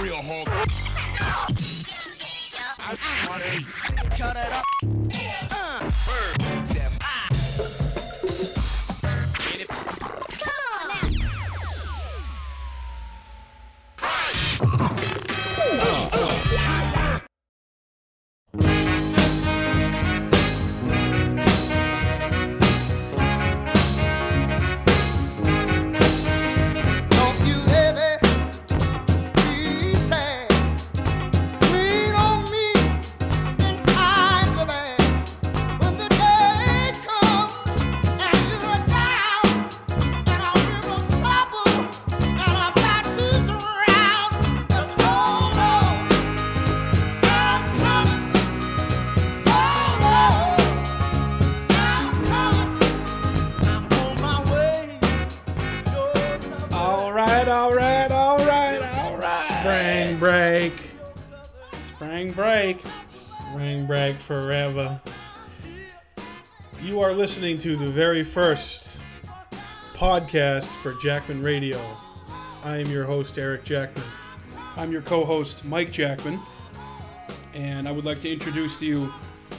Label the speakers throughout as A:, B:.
A: real hard. I want to
B: Cut it up.
C: Don't you ever be sad. Lean on me in time to bad. When the day comes and you're down and I'm in trouble and I'm about to drown, just hold on. I'm coming. Hold on. I'm coming. I'm on my way.
D: All right, all right, all right, all right.
E: Spring break.
D: Spring break. Spring break forever. You are listening to the very first podcast for Jackman Radio. I am your host, Eric Jackman. I'm your co host, Mike Jackman. And I would like to introduce to you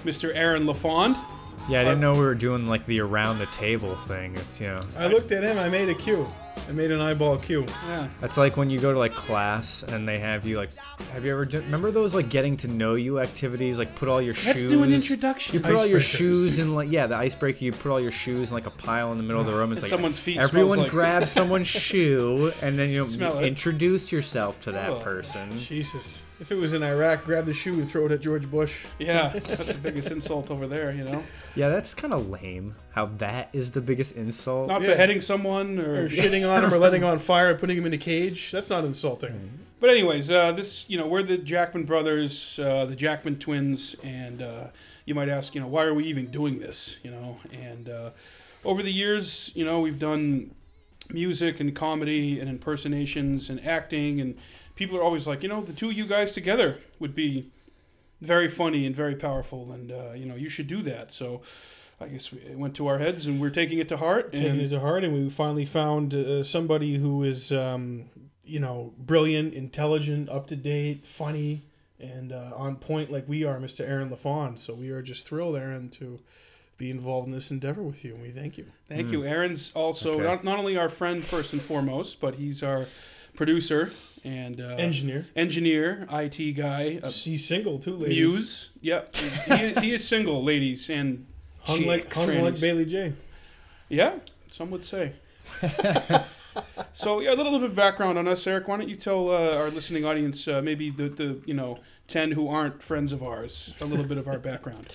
D: Mr. Aaron LaFond.
E: Yeah, I didn't know we were doing like the around the table thing. It's you know,
D: I looked at him, I made a cue. I made an eyeball cue. Yeah.
E: that's like when you go to like class and they have you like. Have you ever do, remember those like getting to know you activities? Like put all your
D: Let's
E: shoes.
D: do an introduction.
E: You put all your
D: Icebreakers.
E: shoes in like yeah, the icebreaker. You put all your shoes in like a pile in the middle of the room. It's
D: And
E: like
D: someone's feet smells
E: Everyone
D: like-
E: grabs someone's shoe and then you,
D: Smell
E: know,
D: it.
E: introduce yourself to that
D: Oh,
E: person.
D: Jesus. If it was in Iraq, grab the shoe and throw it at George Bush. Yeah, that's the biggest insult over there, you know?
E: Yeah, that's kind of lame. How that is the biggest insult.
D: Not
E: Not,
D: beheading someone or, shitting on him or letting on fire and putting him in a cage. That's not insulting. But, anyways, uh, this, you know, we're the Jackman brothers, uh, the Jackman twins, and uh, you might ask, you know, why are we even doing this, you know? And uh, over the years, you know, we've done music and comedy and impersonations and acting and people are always like you know the two of you guys together would be very funny and very powerful and uh, you know you should do that so i guess we, it went to our heads and we're taking it to heart and
E: Mm-hmm.
F: taken it to heart, and we finally found uh, somebody who is, um, you know, brilliant, intelligent, up to date, funny, and uh, on point like we are, Mr. Aaron LaFon. So we are just thrilled, Aaron, to be involved in this endeavor with you, and we thank you.
D: thank you aaron's also
E: Okay.
D: not, not only our friend first and foremost but he's our producer and uh,
F: Engineer.
D: engineer it guy uh,
F: She's single too, ladies.
D: muse yep he is, he is single ladies and
F: Hung like,
D: Chicks.
F: hung like
D: Trannies.
F: Bailey J.
D: Yeah, some would say. so yeah, a little bit of background on us, Eric. Why don't you tell uh, our listening audience, uh, maybe the, the you know ten who aren't friends of ours, a little bit of our background.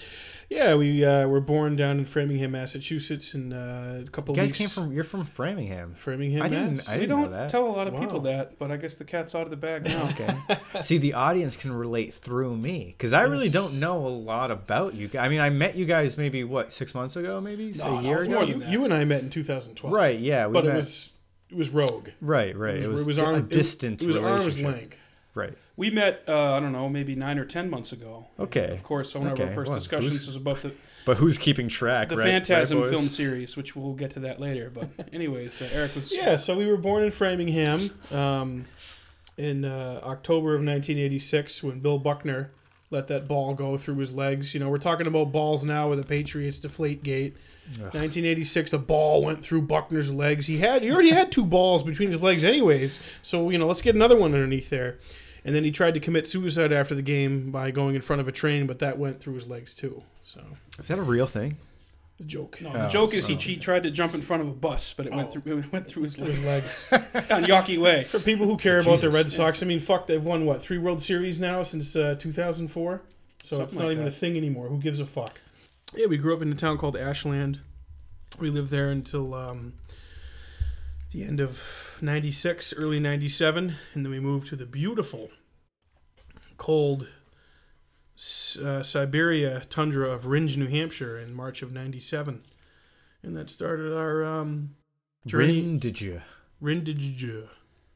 F: Yeah, we uh, were born down in Framingham, Massachusetts, and uh, a couple
E: you guys
F: weeks.
E: came from you're from Framingham.
F: Framingham,
E: I didn't-
F: Mass.
E: I
D: we
E: didn't know
D: don't
E: that.
D: tell a lot of
F: Wow.
D: people that, but I guess the cat's out of the bag now.
E: Okay. See, the audience can relate through me because I really
F: Yes.
E: don't know a lot about you. gu- I mean, I met you guys maybe what six months ago, maybe
D: No, no,
E: a
D: it
E: year
D: was
E: ago.
D: more than
F: you,
D: that.
F: you and I met in 2012.
E: Right? Yeah. We
F: But
E: met,
F: it was it was rogue.
E: right, right. It was, di-
F: arm-
E: a distant
F: It was arm's
E: relationship.
F: length.
E: Right.
D: We met, uh, I don't know, maybe nine or ten months ago.
E: Okay.
D: Of course, one of
E: Okay,
D: our first
E: well,
D: discussions
E: who's-
D: was about the,
E: But who's keeping track?
D: the
E: right, right,
D: Phantasm
E: boys?
D: film series, which we'll get to that later. But anyways, uh, Eric was
F: Yeah, so we were born in Framingham um, in uh, October of 1986 when Bill Buckner let that ball go through his legs. You know, we're talking about balls now with the Patriots deflate gate. 1986, the ball went through Buckner's legs. He had he already had two balls between his legs, anyways. So you know, let's get another one underneath there. And then he tried to commit suicide after the game by going in front of a train, but that went through his legs too. So
E: Is that a real thing?
F: it's a joke.
D: No, the
E: Oh,
D: joke is
E: so-
D: he, he tried to jump in front of a bus, but it went
F: Oh.
D: through it went through his
F: Through
D: legs.
F: his legs.
D: on Yawkey Way.
F: For people who care about the
E: Jesus.
F: Red Sox, I mean, fuck, they've won what three World Series now since uh, 2004, so it's
D: Something
F: not
D: like
F: even
D: that.
F: a thing anymore. Who gives a fuck? Yeah, we grew up in a town called Ashland. We lived there until um, the end of '96, early '97, and then we moved to the beautiful, cold S- uh, Siberia tundra of Ringe, New Hampshire, in March of '97, and that started our um, journey.
E: Rin did you?
F: Rindijijur.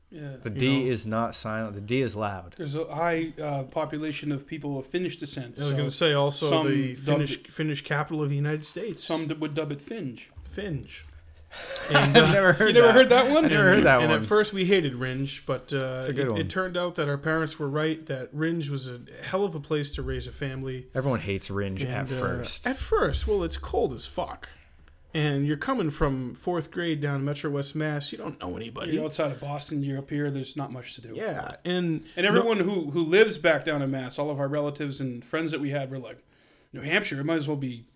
D: Yeah.
E: The
F: You
E: D
F: know-
E: is not silent. The D is loud.
D: There's a high uh, population of people of Finnish descent.
F: I was
D: so
F: going to say also
D: some
F: the
D: dubbed
F: Finnish Finnish capital of the United States.
D: some d- would dub it Finge.
F: Finge. And, uh,
E: I've never heard
D: You never
E: that.
D: heard that one?
E: I never heard that
F: and
E: one.
F: at first we hated Ringe, but uh,
E: a good
F: it,
E: one.
F: it turned out that our parents were right. That Ringe was a hell of a place to raise a family.
E: Everyone hates Ringe at
F: And, uh,
E: first.
F: at first, well, it's cold as fuck, and you're coming from fourth grade down Metro West Mass. You don't know anybody.
D: You're outside of Boston. You're up here. There's not much to do.
F: yeah, and
D: And everyone who, who lives back down in Mass, all of our relatives and friends that we had were like, New Hampshire, it might as well be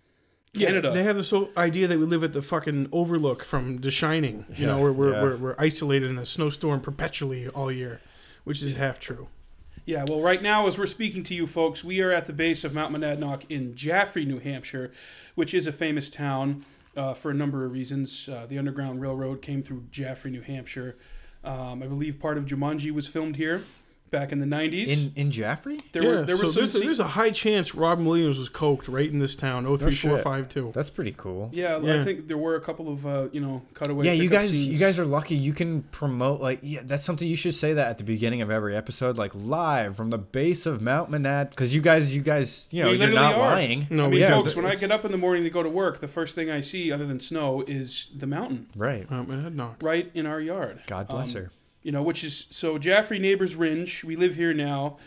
D: Canada.
F: They have this whole idea that we live at the fucking overlook from The Shining. You know,
E: Yeah,
F: where we're,
E: yeah.
F: we're, we're isolated in a snowstorm perpetually all year, which is half true.
D: Yeah, well, right now, as we're speaking to you folks, we are at the base of Mount Monadnock in Jaffrey, New Hampshire, which is a famous town uh, for a number of reasons. Uh, the Underground Railroad came through Jaffrey, New Hampshire. Um, I believe part of Jumanji was filmed here back in the 90s.
E: in in Jaffrey?
D: there
F: yeah,
D: were, there
F: so
D: were some
F: there's, a,
D: sce-
F: there's a high chance Robin Williams was coked right in this town. Oh three four five two.
E: That's pretty cool.
D: yeah, I
F: Yeah.
D: think there were a couple of, uh, you know, cutaway
E: Yeah, you
D: pickup
E: guys, you
D: scenes.
E: guys are lucky. You can promote like yeah. That's something you should say that at the beginning of every episode, like live from the base of Mount Manad, because you guys, you guys, you know,
D: We
E: you're not
D: literally are.
E: lying. Oh,
F: No,
D: I mean,
F: we
E: yeah,
D: folks, when I
E: it's-
D: get up in the morning to go to work, the first thing I see, other than snow, is the mountain
E: right.
F: Um, and head knock.
D: right in our yard.
E: God bless
D: Um,
E: her.
D: You know, which is so Jaffrey neighbors Ringe. We live here now.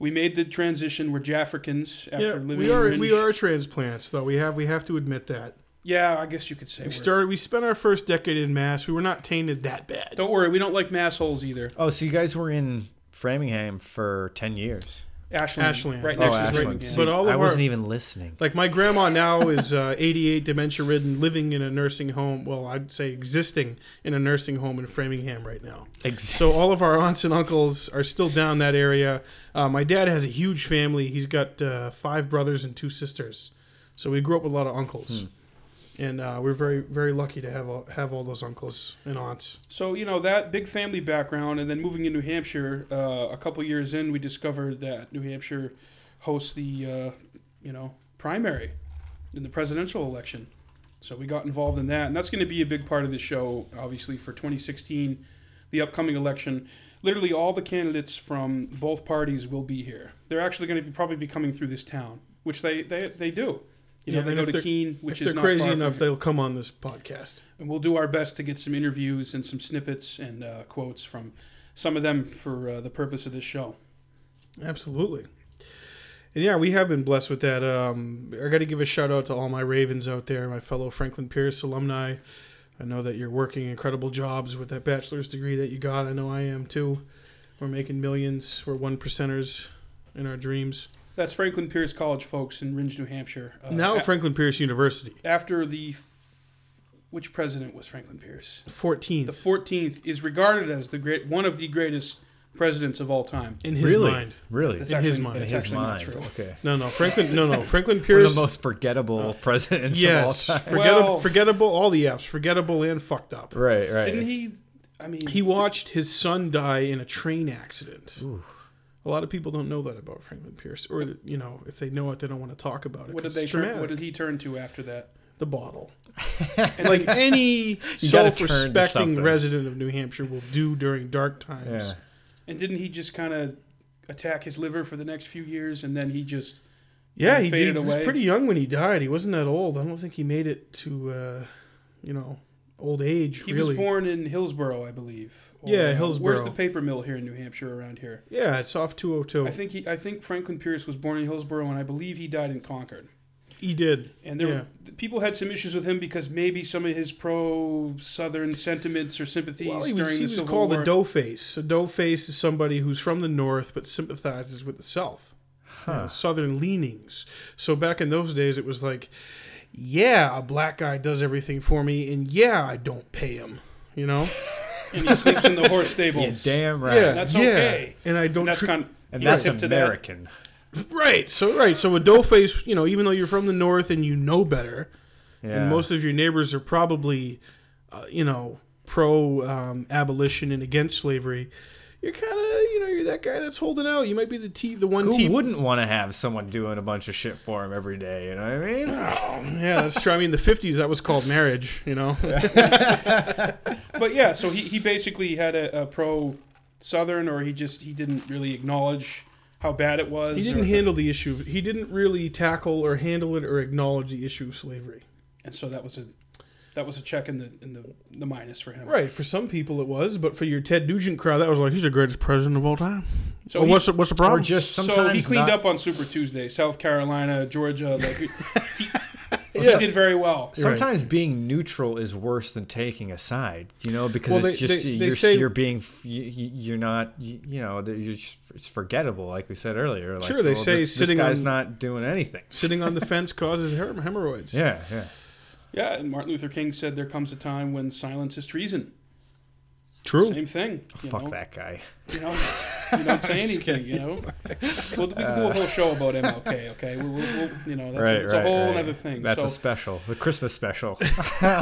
D: We made the transition. We're Jaffricans after
F: Yeah,
D: living
F: we are
D: in Ringe.
F: we are transplants though. We have we have to admit that
D: Yeah, I guess you could say.
F: we
D: we're-
F: started we spent our first decade in Mass. We were not tainted that bad.
D: Don't worry, we don't like mass holes either.
E: Oh, so you guys were in Framingham for ten years.
D: Ashland,
F: Ashland.
D: right
F: Oh,
D: next to
F: Ashland.
D: Framingham.
F: Yeah.
E: See,
F: But all
E: I
F: of
E: wasn't
F: our-
E: even listening.
F: Like my grandma now is uh, 88, dementia ridden, living in a nursing home. Well, I'd say existing in a nursing home in Framingham right now. So all of our aunts and uncles are still down that area. Uh, my dad has a huge family. He's got uh, five brothers and two sisters. So we grew up with a lot of uncles, and uh, we're very very lucky to have all, have all those uncles and aunts.
D: So you know that big family background, and then moving to New Hampshire. Uh, a couple years in, we discovered that New Hampshire hosts the uh, you know primary in the presidential election. So we got involved in that, and that's going to be a big part of the show, obviously for 2016, the upcoming election. Literally, all the candidates from both parties will be here. They're actually going to be probably be coming through this town, which they they, they do. You know,
F: Yeah,
D: they
F: and
D: go
F: if
D: to
F: they're-
D: Keene, which
F: if
D: is
F: they're
D: not
F: crazy
D: far from
F: enough,
D: here.
F: they'll come on this podcast.
D: And we'll do our best to get some interviews and some snippets and uh, quotes from some of them for uh, the purpose of this show.
F: Absolutely. And yeah, we have been blessed with that. Um, I got to give a shout out to all my Ravens out there, my fellow Franklin Pierce alumni. I know that you're working incredible jobs with that bachelor's degree that you got. I know I am too. We're making millions. We're one percenters in our dreams.
D: That's Franklin Pierce College, folks, in Ringe, New Hampshire. Uh,
F: now,
D: a-
F: Franklin Pierce University,
D: after the f- which president was Franklin Pierce? The
F: 14th
D: 14th is regarded as the great one of the greatest presidents of all time.
F: in his
E: really,
F: mind.
E: really,
D: That's
F: In
D: actually,
F: his mind.
D: That's
E: In his
D: actually
E: mind.
D: not true.
E: Okay.
F: No, no, Franklin. No, no, Franklin
E: One of
F: Pierce.
E: the most
D: Oh.
E: forgettable presidents
F: yes,
E: of all time.
F: forgettable,
D: Well-
F: forgettable. All the F's, forgettable and fucked up.
E: Right, right.
D: Didn't he? I mean,
F: He watched his son die in a train accident. A lot of people don't know that about Franklin Pierce, or you know, if they know it, they don't want to talk about it.
D: what did
F: 'cause
D: they
F: it's
D: turn,
F: traumatic.
D: what did he turn to after that?
F: the bottle? like any
E: gotta turn to
F: self-respecting
E: something.
F: resident of New Hampshire will do during dark times.
E: Yeah.
D: And didn't he just kind of attack his liver for the next few years, and then he just
F: Yeah,
D: And
F: he,
D: faded
F: did, he was
D: away.
F: pretty young when he died. He wasn't that old. I don't think he made it to, uh, you know, old age.
D: He
F: really.
D: was born in Hillsborough, I believe.
F: Yeah,
D: uh, Where's
F: Hillsborough.
D: the paper mill here in New Hampshire around here?
F: Yeah, it's off two hundred two.
D: I think he, I think Franklin Pierce was born in Hillsborough, and I believe he died in Concord.
F: he did.
D: And there,
F: Yeah.
D: were, th- people had some issues with him because maybe some of his pro-Southern sentiments or sympathies
F: Well, he was,
D: during
F: he
D: the
F: was
D: Civil
F: called
D: War.
F: a dough face. A dough face is somebody who's from the north but sympathizes with the south, You know, southern leanings. So back in those days, it was like, yeah, a black guy does everything for me, and yeah, I don't pay him. You know,
D: and he sleeps in the horse stables.
E: Damn right.
F: yeah,
D: That's
F: yeah,
D: okay.
F: And I don't.
D: And that's
F: treat-
D: kind of,
E: And
D: you know,
E: that's
D: tip to that.
E: American.
F: right. So right. So a dough face, you know, even though you're from the north and you know better,
E: Yeah.
F: and most of your neighbors are probably, uh, you know, pro um, abolition and against slavery. You're kind of, you know, you're that guy that's holding out. You might be the T, the one
E: who
F: T.
E: wouldn't want to have someone doing a bunch of shit for him every day? You know what I mean?
F: Oh, Yeah, that's true. I mean, the '50s that was called marriage. You know,
D: But yeah, so he, he basically had a, a pro-Southern, or he just he didn't really acknowledge how bad it was.
F: he
D: or-
F: didn't handle the issue. He didn't really tackle or handle it or acknowledge the issue of slavery.
D: and so that was a that was a check in the in the, the minus for him.
F: Right, for some people it was, but for your Ted Nugent crowd, that was like he's the greatest president of all time.
D: So
F: So
D: he-
F: what's the, what's the problem?
E: Or just sometimes
D: so he cleaned
E: not-
D: up on Super Tuesday, South Carolina, Georgia. Like he, he,
F: Yeah.
D: he did very well.
F: You're right.
E: Sometimes being neutral is worse than taking a side, you know, because
F: Well,
E: it's
F: they-
E: just
F: they- they
E: you're
F: say-
E: you're being f- you, you- you're not you, you know that you're just, it's forgettable, like we said earlier. Like,
F: Sure, they
E: well,
F: say
E: this, this
F: sitting
E: guy's
F: on-
E: not doing anything.
F: sitting on the fence causes hem- hemorrhoids.
E: Yeah, yeah.
D: Yeah, and Martin Luther King said, "There comes a time when silence is treason."
F: True.
D: Same thing. you
E: Oh, Fuck
D: know?
E: that guy.
D: You know, you don't say anything. You know, well, we can do a whole show about MLK. Okay, we'll, we'll, we'll, you know, that's a, it's a whole other thing.
E: That's
D: so,
E: a special, the Christmas special.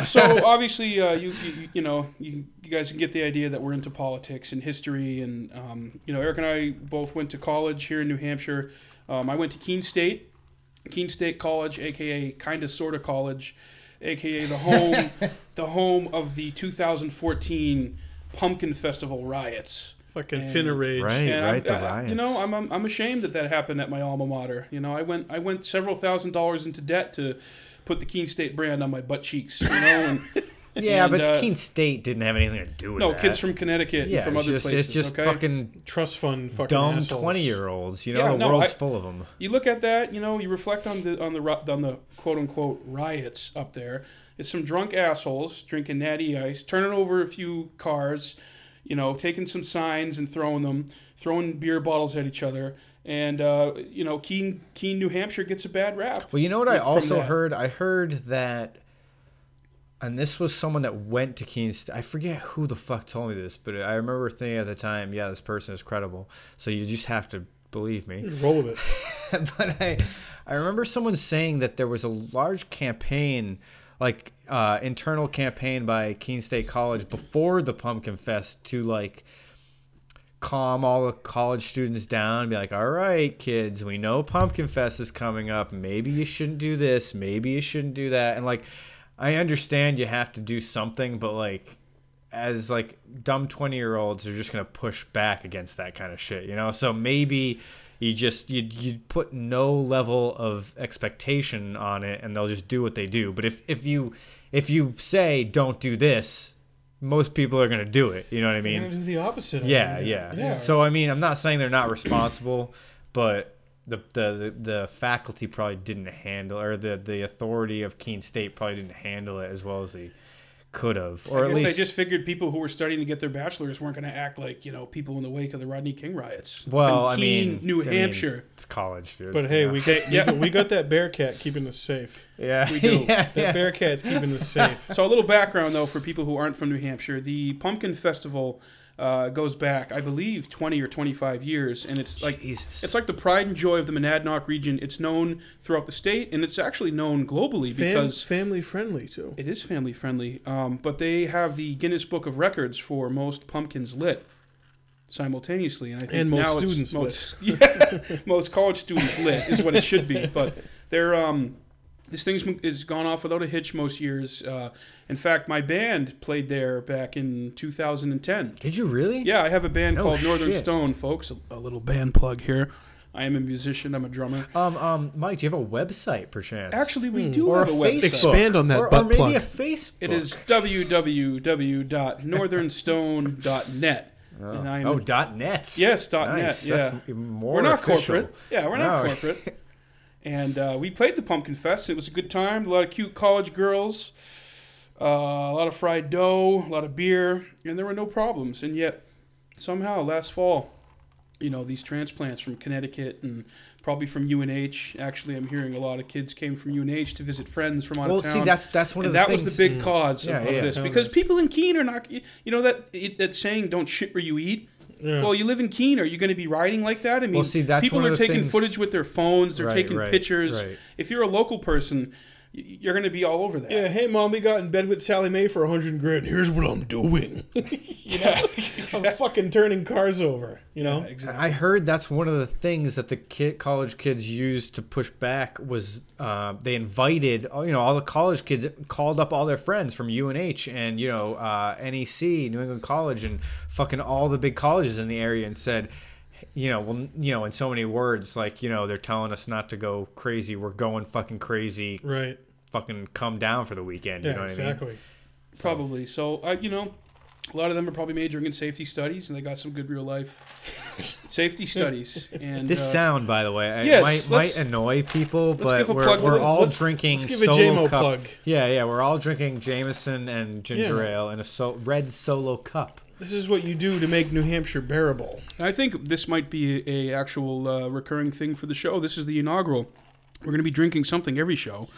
D: so obviously, uh, you, you you know you, you guys can get the idea that we're into politics and history, and um, you know Eric and I both went to college here in New Hampshire. Um, I went to Keene State, Keene State College, aka kinda sorta college, aka the home the home of the 2014 Pumpkin Festival riots.
F: Fucking
D: And-
F: finna rage.
E: right,
D: And
E: right.
D: I'm,
E: the
D: I-
E: riots.
D: You know, I'm, I'm I'm ashamed that that happened at my alma mater. You know, I went I went several thousand dollars into debt to put the Keene State brand on my butt cheeks. You know, and
E: yeah,
D: and,
E: but
D: uh,
E: Keene State didn't have anything to do with
D: no
E: that.
D: kids from Connecticut
E: yeah,
D: and from
E: it's
D: other
E: just,
D: places.
E: It's just
D: okay?
E: fucking
F: Trust fund fucking
E: dumb
F: assholes.
E: twenty-year-olds. You know,
D: Yeah,
E: the
D: no,
E: world's
D: I-
E: full of them.
D: you look at that, you know, you reflect on the on the ru- on the quote unquote riots up there. It's some drunk assholes drinking natty ice, turning over a few cars, you know, taking some signs and throwing them, throwing beer bottles at each other, and uh, you know, Keene, Keene, New Hampshire gets a bad rap.
E: Well, you know what I
D: from
E: also
D: that.
E: heard? I heard that, and this was someone that went to Keene State. I forget who the fuck told me this, but I remember thinking at the time, yeah, this person is credible. So you just have to believe me.
F: Roll with it.
E: but I, I remember someone saying that there was a large campaign, like uh, internal campaign by Keene State College before the Pumpkin Fest to like calm all the college students down and be like, all right, kids, we know Pumpkin Fest is coming up. Maybe you shouldn't do this. Maybe you shouldn't do that. And like, I understand you have to do something, but like, as like dumb 20 year olds are just going to push back against that kind of shit, you know? So maybe you just, you, you put no level of expectation on it and they'll just do what they do. But if, if you, if you say don't do this, most people are going to do it. You know what I mean?
F: You're gonna do the opposite. of
E: Yeah,
F: it.
E: yeah.
F: Yeah.
E: So I mean, I'm not saying they're not responsible, but the, the the the faculty probably didn't handle, or the the authority of Keene State probably didn't handle it as well as they could have, or
D: I
E: at
D: guess
E: least
D: they just figured people who were starting to get their bachelors weren't going to act like you know people in the wake of the Rodney King riots.
E: well, I
D: In Keene,
E: mean,
D: New
E: I mean,
D: Hampshire.
E: it's college, dude.
F: But hey,
E: you know?
F: we got, yeah. we got that Bearcat keeping us safe.
E: yeah,
D: we do.
E: yeah,
F: That
E: yeah.
F: Bearcat's keeping us safe.
D: So a little background though for people who aren't from New Hampshire, the Pumpkin Festival uh, goes back, I believe, 20 or 25 years, and it's like
E: Jesus.
D: it's like the pride and joy of the Monadnock region. It's known throughout the state, and it's actually known globally
F: Fam-
D: because
F: family friendly too.
D: it is family friendly. Um, but they have the Guinness Book of Records for most pumpkins lit simultaneously, and I think
F: And most
D: now it's
F: students
D: most, yeah, most college students lit is what it should be. But they're um, this thing's m- is gone off without a hitch most years. Uh, in fact, my band played there back in 2010.
E: Did you really?
D: Yeah, I have a band
E: No
D: called Northern
E: shit.
D: Stone, folks. A, a little band plug here. I am a musician. I'm a drummer.
E: Um, um, Mike, do you have a website, perchance?
D: Actually, we do
E: or
D: have
E: a
D: a website.
E: Facebook.
F: Expand on that
E: or, or
F: butt
E: maybe
F: plug.
E: a Facebook.
D: It is www.northernstone.net. And I am
E: Oh, dot net.
D: yes, dot
E: Nice.
D: net.
E: That's
D: Yeah,
E: even more
D: we're not
E: official.
D: corporate. Yeah, we're not
E: No.
D: corporate. And uh, we played the Pumpkin Fest. It was a good time. A lot of cute college girls, uh, a lot of fried dough, a lot of beer, and there were no problems. And yet, somehow, last fall, you know, these transplants from Connecticut and probably from UNH. Actually, I'm hearing a lot of kids came from UNH to visit friends from out
E: Well,
D: of town
E: see, that's that's one
D: and
E: of the
D: that
E: things.
D: was the big cause
E: Yeah,
D: of,
E: yeah,
D: of
E: yeah.
D: this
F: Mm. Tell
D: because
F: us.
D: people in Keene are not you know that it, that saying don't shit where you eat
F: Yeah.
D: well you live in Keene are you going to be riding like that I mean
E: see, that's
D: people
E: one
D: are
E: of the
D: taking
E: things-
D: footage with their phones they're
E: Right,
D: taking
E: right,
D: pictures
E: right.
D: if you're a local person y- you're going to be all over that
F: Yeah, hey mom, we got in bed with Sally Mae for a hundred grand. Here's what I'm doing.
D: yeah,
F: I'm fucking turning cars over. You know.
D: exactly
E: I heard that's one of the things that the kid, college kids used to push back was uh, they invited oh, you know all the college kids called up all their friends from UNH and you know uh, NEC New England College and fucking all the big colleges in the area and said you know well you know in so many words like you know they're telling us not to go crazy we're going fucking crazy
F: Right.
E: fucking come down for the weekend. You know what
F: exactly.
D: Probably. So, I, you know, a lot of them are probably majoring in safety studies, and they got some good real life safety studies.
E: I mean?
D: And
E: This
D: uh,
E: sound, by the way, I-
D: Yes,
E: might
D: let's-
E: might annoy people, but
D: give a
E: we're,
D: plug to
E: we're
D: this.
E: all
D: Let's-
E: drinking
F: let's give a
E: solo
F: JMO
E: cup.
F: plug.
E: Yeah, yeah, we're all drinking Jameson and ginger ale in a so- red solo cup.
F: This is what you do to make New Hampshire bearable.
D: I think this might be a actual uh, recurring thing for the show. This is the inaugural. We're going to be drinking something every show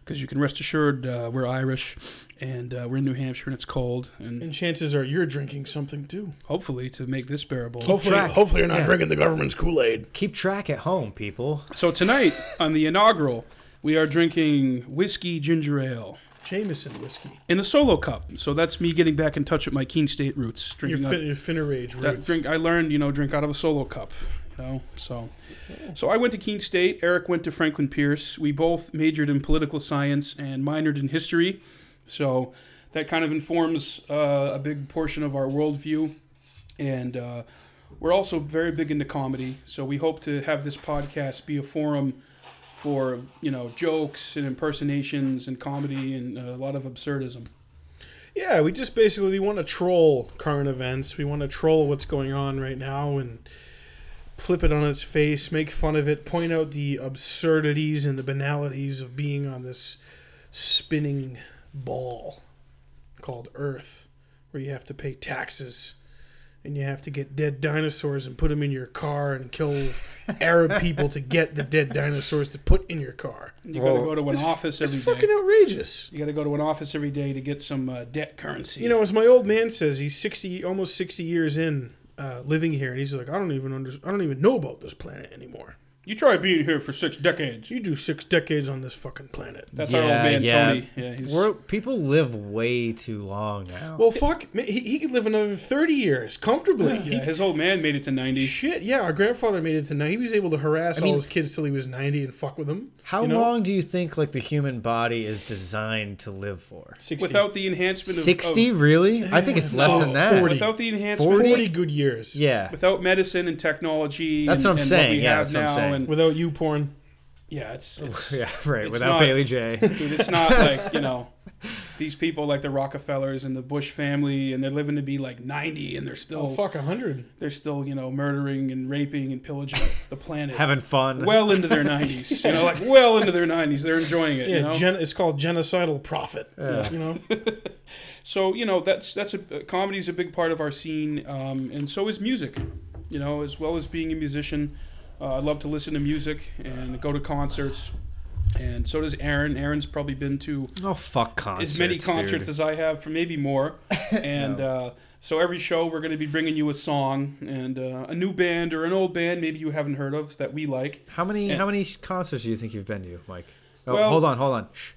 D: because you can rest assured uh, we're Irish and uh, we're in New Hampshire and it's cold. And
F: And chances are you're drinking something too.
D: hopefully to make this bearable.
F: Hopefully,
E: track.
F: hopefully you're not
E: Yeah.
F: drinking the government's Kool Aid.
E: Keep track at home, people.
D: So tonight on the inaugural, we are drinking whiskey ginger ale
F: Jameson whiskey.
D: in a solo cup. So that's me getting back in touch with my Keene State roots.
F: Your,
D: Drinking out-
F: fin- your finner age
D: that
F: roots.
D: drink I learned, you know, drink out of a solo cup. You know, so so I went to Keene State. Eric went to Franklin Pierce. We both majored in political science and minored in history. So that kind of informs uh, a big portion of our worldview, and uh, we're also very big into comedy. So we hope to have this podcast be a forum for you know jokes and impersonations and comedy and uh, a lot of absurdism.
F: Yeah, we just basically we want to troll current events. We want to troll what's going on right now and flip it on its face, make fun of it, point out the absurdities and the banalities of being on this spinning ball called Earth, where you have to pay taxes and you have to get dead dinosaurs and put them in your car and kill Arab people to get the dead dinosaurs to put in your car.
D: You gotta go to an office
F: It's
D: every day.
F: fucking outrageous.
D: You got to go to an office every day to get some uh, debt currency.
F: You know, as my old man says, he's sixty, almost sixty years in uh, living here, and he's like, I don't even under, I don't even know about this planet anymore.
D: you try being here for six decades.
F: You do six decades on this fucking planet.
D: That's
E: yeah,
D: our old man
E: yeah.
D: Tony. Yeah, he's,
E: We're, people live way too long now.
F: Well, fuck, ma- he, he could live another thirty years comfortably.
D: yeah, his old man made it to
F: He,
D: ninety.
F: shit, yeah, our grandfather made it to now. He was able to harass
E: mean-
F: all his kids till he was ninety and fuck with them.
E: How
F: you know?
E: long do you think like the human body is designed to live for?
F: 60.
D: Without the enhancement of
E: 60
D: of- Oh,
E: really i think it's less
F: no,
E: than that
F: 40.
D: without the enhancement,
E: 40?
F: forty good years.
E: yeah
D: without medicine and technology.
E: That's
D: and,
E: what I'm
D: and
E: saying.
D: we
E: Yeah,
D: have
E: that's what I'm
D: now,
E: saying.
D: and
F: Without you porn.
D: yeah, it's, it's
E: yeah right
D: It's
E: without
D: not-
E: bailey j
D: dude, it's not like you know these people like the Rockefellers and the Bush family, and they're living to be like ninety, and they're
F: Oh,
D: still
F: fuck, hundred.
D: they're still you know murdering and raping and pillaging the planet.
E: having fun
D: well into their 90s you know like well into their 90s they're enjoying it
F: Yeah,
D: you know
F: gen- it's called genocidal profit.
E: Yeah.
F: You know,
D: So you know that's that's a comedy is a big part of our scene, um, and so is music. You know, as well as being a musician, uh, I love to listen to music and go to concerts, and so does Aaron. Aaron's probably been to
E: oh fuck concerts
D: as many concerts
E: dude.
D: as I have, for maybe more. And uh, so every show we're going to be bringing you a song and uh, a new band or an old band maybe you haven't heard of that we like.
E: how many
D: Yeah.
E: how many concerts do you think you've been to mike oh
D: Well-
E: hold on hold on Shh.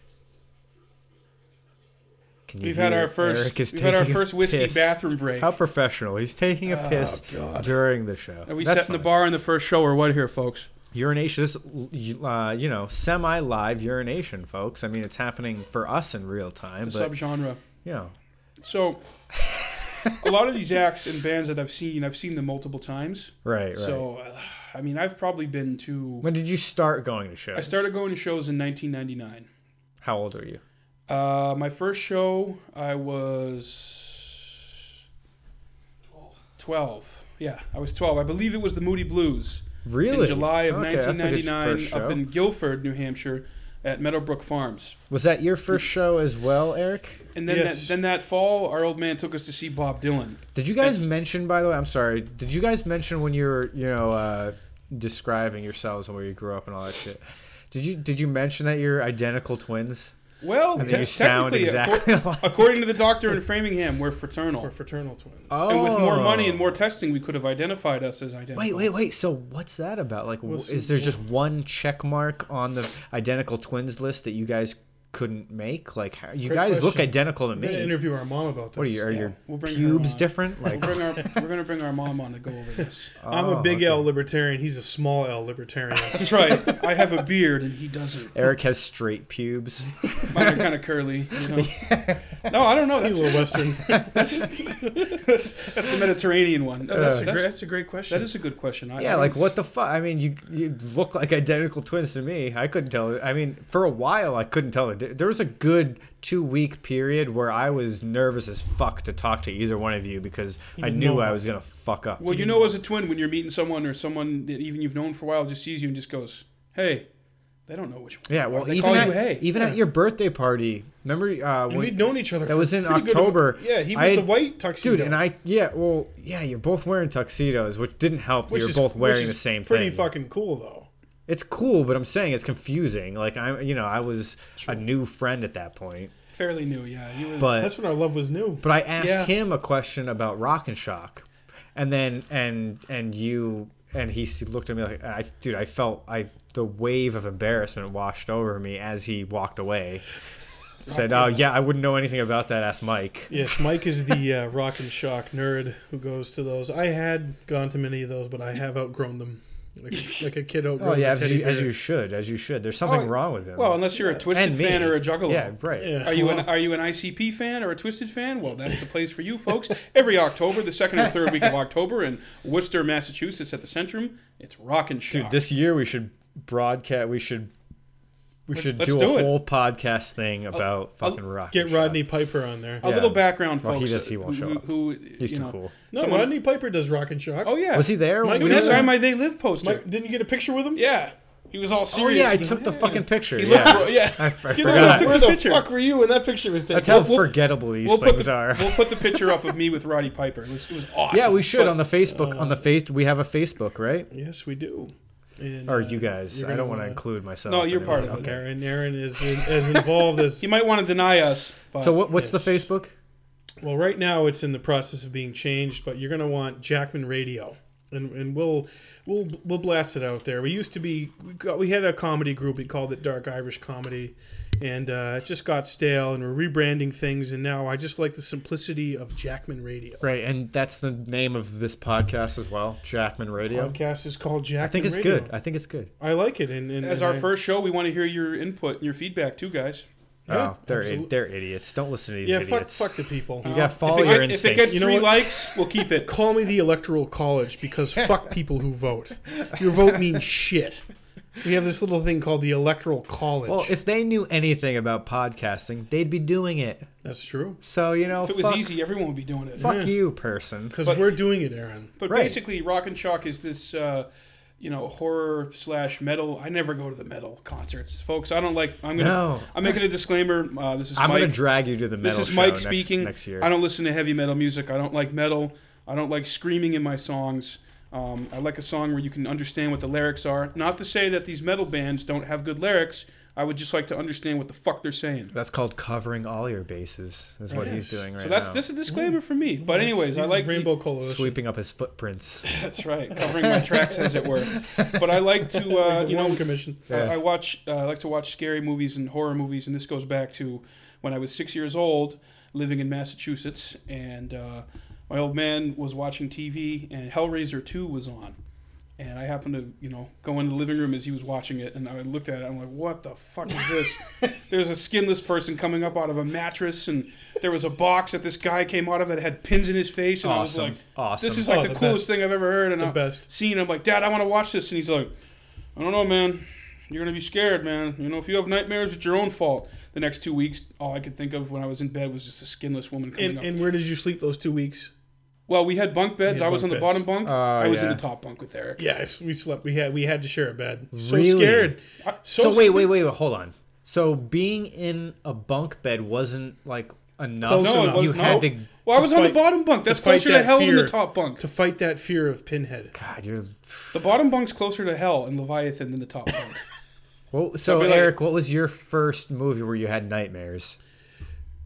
E: Can you
D: We've had
E: hear
D: our first
E: Eric is
D: we've had our
E: taking a
D: first whiskey
E: piss?
D: bathroom break.
E: how professional he's taking a piss during the show
D: Are we
E: That's
D: setting the
E: fine.
D: bar on the first show or what here, folks?
E: urination this uh, you know semi live urination folks i mean it's happening for us in real time
D: It's a
E: but
D: subgenre.
E: you know
D: So, a lot of these acts and bands that I've seen, I've seen them multiple times.
E: right right
D: So, uh, I mean, I've probably been to.
E: When did you start going to shows?
D: I started going to shows in 1999.
E: How old are you?
D: Uh, my first show, I was 12. Yeah, I was 12. I believe it was the Moody Blues
E: Really?
D: in July of
E: Okay, that's a good
D: 1999
E: first
D: up
E: show.
D: in Guilford, New Hampshire, at Meadowbrook Farms.
E: Was that your first show as well, Eric?
D: And then,
F: Yes.
D: that, then that fall, our old man took us to see Bob Dylan.
E: Did you guys mention, by the way? I'm sorry. Did you guys mention when you were, you know, uh, describing yourselves and where you grew up and all that shit? Did you did you mention that you're identical twins?
D: Well,
E: And
D: te-
E: that you sound
D: technically,
E: exactly
D: acco-
E: alike.
D: according to the doctor in Framingham, we're fraternal.
F: or fraternal twins.
E: Oh.
D: And with more money and more testing, we could have identified us as identical.
E: Wait, wait, wait. So what's that about? Like, wh-
F: What's-
E: is there just one check mark on the identical twins list that you guys couldn't make? Like, how, you
F: Great
E: guys look
F: question.
E: identical to
F: I'm gonna
E: me.
F: interview our mom about this.
E: What are you? Are your
D: We'll bring her
E: pubes
D: on.
E: different?
D: We'll
E: Like,
D: bring our, we're gonna bring our mom on to go over this.
F: I'm a
E: oh,
F: big
E: okay.
F: L libertarian. He's a small L libertarian.
D: That's right. I have a beard and he doesn't.
E: Eric has straight pubes.
D: Mine are kind of curly. You know? No, I don't know.
F: He's
D: That's,
F: a little Western.
D: that's, that's, that's the Mediterranean one. No, that's,
F: that's, a great,
D: that's-
F: that's a great question.
D: that is a good question. I,
E: Uh, Yeah,
D: I
E: like what the fuck? I mean, you you look like identical twins to me. I couldn't tell. I mean, for a while, I couldn't tell. There was a good two week period where I was nervous as fuck to talk to either one of you because I
F: didn't
E: knew
F: know
E: I
F: about
E: was gonna fuck up.
D: Well, you know, as a twin, when you're meeting someone or someone that even you've known for a while just sees you and just goes, "Hey," they don't know which one.
E: yeah. Well,
D: they
E: even
D: call
E: at,
D: you hey.
E: even at your birthday party, remember uh,
F: And
E: when
F: we'd known each other.
E: That
F: for
E: was in
F: pretty good of a-
E: October.
F: yeah, he
E: I
F: was the
E: had-
F: white tuxedo.
E: Dude, and I yeah, well, yeah, you're both wearing tuxedos, which didn't help. that
F: Which
E: You're
F: is-
E: both
F: which
E: wearing
F: is
E: the same
F: pretty
E: thing.
F: fucking cool though.
E: it's cool, but I'm saying it's confusing. Like I'm, you know, I was a new friend at that point,
D: Fairly new, yeah. You were,
E: but
F: That's when our love was new.
E: but I asked
D: Yeah.
E: him a question about Rock and Shock, and then and and you and he s- looked at me like, I, dude, I felt I the wave of embarrassment washed over me as he walked away. Said, oh yeah, I wouldn't know anything about that. Ask Mike.
F: Yes, Mike is the uh, rock and shock nerd who goes to those. I had gone to many of those, but I have outgrown them, like, like a kid
E: Oh
F: outgrows
E: yeah,
F: a
E: as
F: teddy
E: you, as
F: bear.
E: you should, as you should. There's something
D: Oh,
E: wrong with him.
D: well, unless you're a twisted
E: And me.
D: fan or a juggalo.
E: yeah, right.
F: Yeah.
D: Are you an are you an ICP fan or a Twisted fan? Well, that's the place for you folks. Every October, the second and third week of October in Worcester, Massachusetts, at the Centrum, it's Rock and Shock.
E: Dude, this year we should broadcast. We should. We should
D: let's
E: do a
D: do it.
E: whole podcast thing about fucking rock.
F: Get
E: and Shock.
F: Rodney Piper on there.
D: a
E: yeah.
D: little background,
E: Well, he
D: folks. uh,
E: does- he won't
D: who,
E: show up.
D: Who,
E: He's
D: you
E: too
D: know,
E: cool.
F: No,
D: someone-
F: Rodney Piper does rock and shock.
D: Oh yeah,
E: Was he there?
F: Mike,
E: when
D: Dude,
E: we
D: that's
E: were-
D: I Am I They Live poster.
F: Mike, didn't you get a picture with him?
D: yeah, he was all
E: oh
D: serious.
E: yeah, I took the fucking picture.
D: He
E: Yeah.
D: looked- yeah.
E: I, I
D: You know, I
E: forgot.
D: took
F: Where
D: the
F: the
D: picture.
F: fuck were you when that picture was taken?
E: That's how
D: we'll-
E: forgettable these
D: We'll put,
E: things
D: the,
E: are.
D: we'll put the picture up of me with Roddy Piper. It was, it was awesome.
E: yeah, we should
D: But
E: on the Facebook. on the face, we have a Facebook, right?
F: yes, we do. And,
E: Or
F: uh,
E: you guys?
F: you're
E: I don't
F: gonna
E: want to
F: wanna-
E: include myself.
D: No, you're
E: in
D: part of
E: Okay.
D: it.
F: Aaron, Aaron is in, as involved as
D: You might want to deny us. But
E: So what, what's the
F: Yes.
E: Facebook?
F: Well, right now it's in the process of being changed, but you're going to want Jackman Radio, and and we'll we'll we'll blast it out there. We used to be we, got, we had a comedy group. We called it Dark Irish Comedy, and uh, it just got stale, and we're rebranding things. And now I just like the simplicity of Jackman Radio.
E: Right, and that's the name of this podcast as well. Jackman Radio.
F: Podcast is called
E: I
F: Jackman.
E: think it's
F: Radio.
E: good. I think it's good.
F: I like it. And, and
D: As
F: and
D: our
F: I-
D: first show, we want to hear your input and your feedback too, guys.
F: Yeah,
E: oh, they're
F: absolute-
E: they're idiots. Don't listen to these
F: yeah, fuck,
E: idiots.
F: fuck the people.
E: You gotta follow
D: if it,
E: your
D: get- if it
E: instincts.
D: gets
F: You know
D: three
F: what?
D: likes, we'll keep it.
F: Call me the Electoral College because fuck people who vote. Your vote means shit. We have this little thing called the Electoral College.
E: well, if they knew anything about podcasting, they'd be doing it.
F: That's true.
E: So you know,
D: If it was
E: fuck,
D: easy, everyone would be doing it.
E: fuck you, person.
F: Because we're doing it, Aaron.
D: But
E: Right.
D: basically, Rock and Shock is this, uh, you know, horror slash metal. I never go to the metal concerts, folks. I don't like. I'm gonna.
E: No.
D: I'm making a disclaimer. Uh, this is
E: I'm
D: Mike.
E: gonna drag you to the metal
D: this is
E: show
D: Mike
E: next,
D: speaking.
E: next year.
D: I don't listen to heavy metal music. I don't like metal. I don't like screaming in my songs. Um, I like a song where you can understand what the lyrics are. Not to say that these metal bands don't have good lyrics. I would just like to understand what the fuck they're saying.
E: That's called covering all your bases. Is what he's doing right
D: so that's
E: now.
D: this is a disclaimer for me. But anyways, I
F: This is
D: like
F: Rainbow Coalition.
E: sweeping up his footprints.
D: That's right, covering my tracks as it were. But I like to, uh,
F: The
D: you know,
F: Warren Commission.
D: I, I watch. Uh, I like to watch scary movies and horror movies, and this goes back to when I was six years old, living in Massachusetts, and uh, my old man was watching TV, and Hellraiser Two was on, and I happened to, you know, go in the living room as he was watching it, and I looked at it, I'm like, what the fuck is this? There's a skinless person coming up out of a mattress, and there was a box that this guy came out of that had pins in his face, and
E: Awesome.
D: I was like,
E: Awesome.
D: this is like
F: Oh,
D: the,
F: the
D: coolest
F: best.
D: thing I've ever heard, and
F: The
D: I-
F: best.
D: Seen, I'm like, Dad, I want to watch this, and he's like. I don't know, man. You're gonna be scared, man. You know, if you have nightmares, it's your own fault. The next two weeks, all I could think of when I was in bed was just a skinless woman coming
F: And,
D: up.
F: and where did you sleep those two weeks?
D: well, we had bunk beds.
F: You had
D: I was on
F: bunk
D: the
F: beds.
D: bottom bunk.
E: Oh,
D: I was
E: yeah.
D: in the top bunk with Eric.
F: Yeah, I s- we slept. We had we had to share a bed. So
E: Really?
F: scared. So,
E: So wait,
F: scared.
E: wait, wait, wait, hold on. So being in a bunk bed wasn't like enough.
F: Close No, it enough. was-
E: you
D: no.
E: had to.
D: Well, I was on the
F: fight-
D: bottom bunk. That's
F: fight
D: closer to
F: that
D: hell than
F: fear.
D: the top bunk.
F: To fight that fear of Pinhead.
E: God, you're.
D: The bottom bunk's closer to hell and Leviathan than the top bunk.
E: Well, so
D: I'd be like-
E: Eric, what was your first movie where you had nightmares?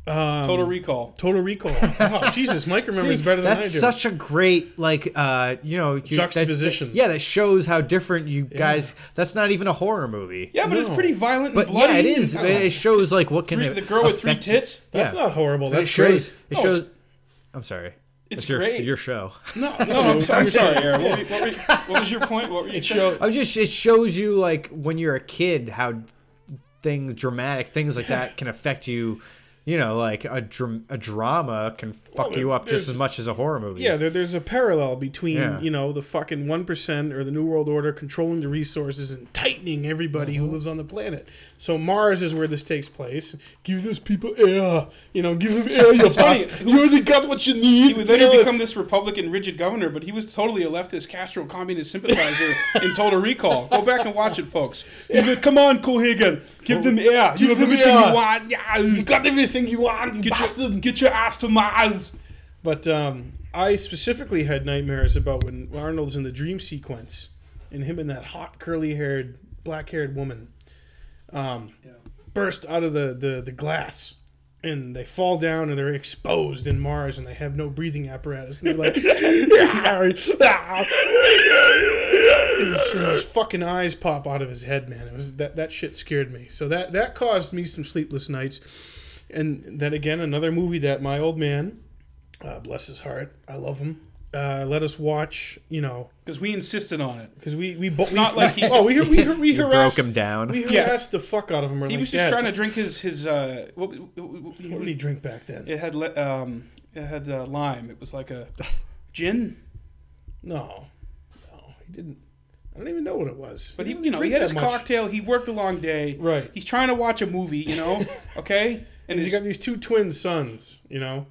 F: Um,
D: Total Recall.
F: Total Recall. Oh, Jesus, Mike remembers
E: See,
F: better than
E: that's
F: I do.
E: such a great like uh you know you, that-
F: Juxtaposition.
E: that- yeah, that shows how different you guys. That's not even a horror movie.
D: Yeah, but it's
F: No.
D: pretty violent and
E: But
D: bloody.
E: yeah, it is.
D: Oh.
E: It shows like what can
D: Three-
E: it
D: the girl with three
E: affect you.
D: tits.
F: that's
E: yeah.
F: not horrible.
E: It
F: That's
E: shows.
F: great.
E: It
D: No,
E: shows. I'm sorry.
D: It's
E: your,
D: great.
E: Your show.
D: No, no, I'm sorry, I'm sorry Aaron. What, were you- what, were you- what was your point? What were you
F: It
D: saying?
F: shows.
E: I was just. It shows you like when you're a kid how things dramatic things like that can affect you you know, like a dr- a drama can fuck
F: there-
E: you up just
F: there's-
E: as much as a horror movie.
F: Yeah, there, there's a parallel between
E: Yeah.
F: you know the fucking one percent or the New World Order controlling the resources and tightening everybody
D: Mm-hmm.
F: who lives on the planet. So Mars is where this takes place. Give those people air, you know, give them air. You're funny. You already got what you need.
D: He would later
F: Kill us.
D: become this Republican rigid governor, but he was totally a leftist Castro communist sympathizer in Total Recall. Go back and watch it, folks. He's like, come on, Cohagen. Give them air. You
F: Give
D: have
F: them
D: everything
F: air.
D: you want. Yeah.
F: You got everything you want. You
D: Get your,
F: bastard.
D: get your ass to Mars.
F: But um, I specifically had nightmares about when Arnold's in the dream sequence and him and that hot, curly haired, black haired woman um, burst out of the, the, the glass and they fall down and they're exposed in Mars and they have no breathing apparatus. And they're like, and his, his fucking eyes pop out of his head, man. It was that, that shit scared me. So that, that caused me some sleepless nights. And then again, another movie that my old man uh, bless his heart. I love him. Uh, let us watch, you know,
D: Because we insisted on it.
F: because we we both
D: not like he-
F: oh we we we, we
E: You
F: harassed
E: broke him down.
F: We
D: Yeah.
F: harassed the fuck out of him.
D: He was just trying to drink his his. Uh, what, what- what-
F: What did he drink back then?
D: it had li- um, it had uh, lime. It was like a gin.
F: No, no, he didn't. I don't even know what it was.
D: But he,
F: didn't
D: you know, he
F: drink
D: had
F: that
D: his
F: much.
D: cocktail. He worked a long day.
F: Right.
D: He's trying to watch a movie. You know. Okay. And
F: He's
D: his,
F: got these two twin sons, you know,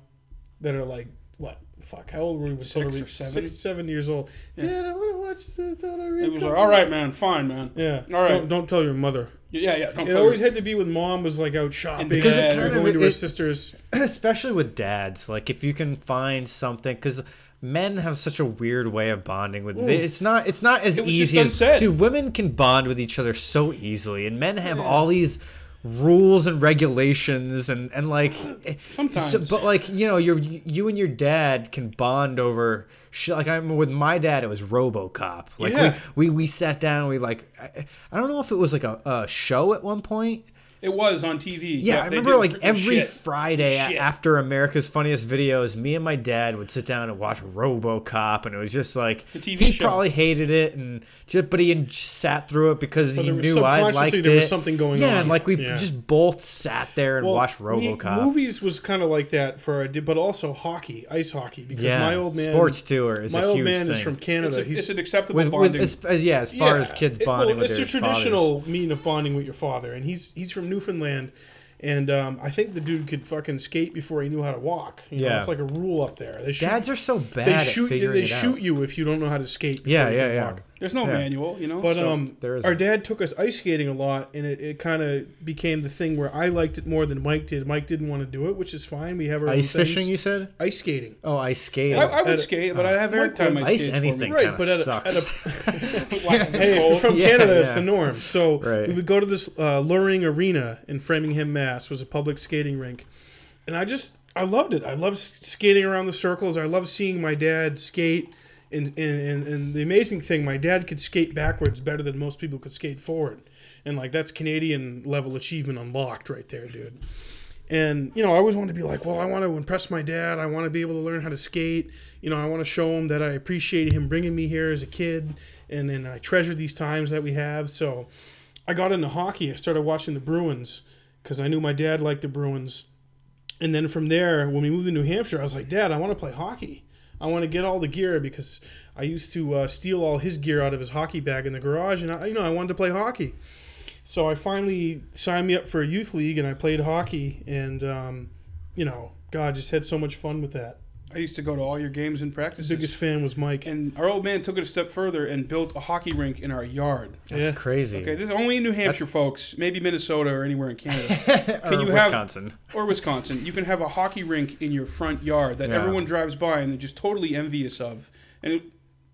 F: that are like what? Fuck, how old were we? when Total
D: Six or
F: Recall-
D: seven?
F: Six, seven years old. Dad, I want to watch the Total Recall.
D: it was like, all right, man, fine, man.
F: Yeah.
D: All right.
F: Don't, don't tell your mother.
D: Yeah, yeah. Don't play
F: It always
D: with-
F: had to be when mom was like out shopping.
D: Because it kind
F: or
D: of-
F: going to her
E: it-
F: sister's.
E: especially with dads like if you can find something because men have such a weird way of bonding with they, it's not it's not as
D: Mm. It was just
E: easy as
D: unsaid.
E: dude women can bond with each other so easily and men have all these rules and regulations and and like eh,
D: Sometimes.
E: but like you know your you and your dad can bond over shit like i'm with my dad it was robocop like
D: Yeah.
E: we, we we sat down and we like I, I don't know if it was like a, a show at one point
D: It was on TV.
E: yeah,
D: Yep,
E: I
D: they
E: remember
D: did
E: like
D: freaking
E: every
D: shit.
E: Friday a-
D: Shit.
E: after America's Funniest Videos, me and my dad would sit down and watch RoboCop, and it was just like
D: The TV
E: he
D: show.
E: probably hated it, and just but he had sat through it because he
F: there was-
E: knew I liked
F: subconsciously
E: it.
F: there was something going
E: yeah,
F: on.
E: and like we
F: Yeah.
E: just both sat there and
F: Well,
E: watched
F: we-
E: RoboCop.
F: movies was kind of like that for, a, di- but also hockey, ice hockey, because
E: yeah,
F: my old man,
E: sports tour is
F: my
E: a
F: old
E: huge
F: man
E: thing.
F: is from
D: It's,
F: Canada.
D: a,
F: He's
D: it's an acceptable
E: with, with
D: bonding.
E: as, as- yeah, as far
F: yeah,
E: as kids
F: it- well,
E: bonding with
F: it's
E: their
F: a traditional mean of bonding with your father, and he's he's from Newfoundland, and um, I think the dude could fucking skate before he knew how to walk. You know,
E: Yeah.
F: it's like a rule up there. They shoot,
E: Dads are so bad
F: they
E: at
F: shoot you,
E: figuring
F: they
E: it
F: shoot
E: out.
F: you if you don't know how to skate. before
E: Yeah,
F: you
E: yeah,
F: can
E: yeah.
F: walk.
D: There's no
E: Yeah.
D: manual, you know.
F: But
D: so-
F: um,
E: there isn't.
F: our dad took us ice skating a lot, and it, it kind of became the thing where I liked it more than Mike did. Mike didn't want to do it, which is fine. We have our
E: Ice
F: own things.
E: fishing, you said?
F: ice skating.
E: Oh, ice skating.
D: I, I
F: at
D: would
F: a-
D: skate, but I'd have every time I
E: ice
D: skate
E: anything
F: Right,
E: kind of
F: but at a-
E: sucks.
F: at a-
D: For me. Why, 'cause it's
F: Hey, if you're
D: cold.
F: from
E: Yeah,
F: Canada, it's
E: yeah.
F: the norm. So
E: Right.
F: we would go to this uh, Luring Arena in Framingham, Mass. was a public skating rink, and I just I loved it. I loved s- skating around the circles. I loved seeing my dad skate. And, and, and, and the amazing thing, my dad could skate backwards better than most people could skate forward. And, like, that's Canadian level achievement unlocked right there, dude. And, you know, I always wanted to be like, well, I want to impress my dad. I want to be able to learn how to skate. You know, I want to show him that I appreciate him bringing me here as a kid. And then I treasure these times that we have. So I got into hockey. I started watching the Bruins because I knew my dad liked the Bruins. And then from there, when we moved to New Hampshire, I was like, Dad, I want to play hockey. I want to get all the gear because I used to uh, steal all his gear out of his hockey bag in the garage. And, I, you know, I wanted to play hockey. So I finally signed me up for a youth league and I played hockey. And, um, you know, God, just had so much fun with that.
D: I used to go to all your games and practices.
F: Biggest fan was Mike.
D: And our old man took it a step further and built a hockey rink in our yard.
E: That's
F: Yeah.
E: crazy.
D: Okay, this is only in New Hampshire, folks. Maybe Minnesota or anywhere in Canada.
E: Or
D: Can you have-
E: Wisconsin?
D: or Wisconsin, you can have a hockey rink in your front yard that
E: Yeah.
D: everyone drives by and they're just totally envious of. And it,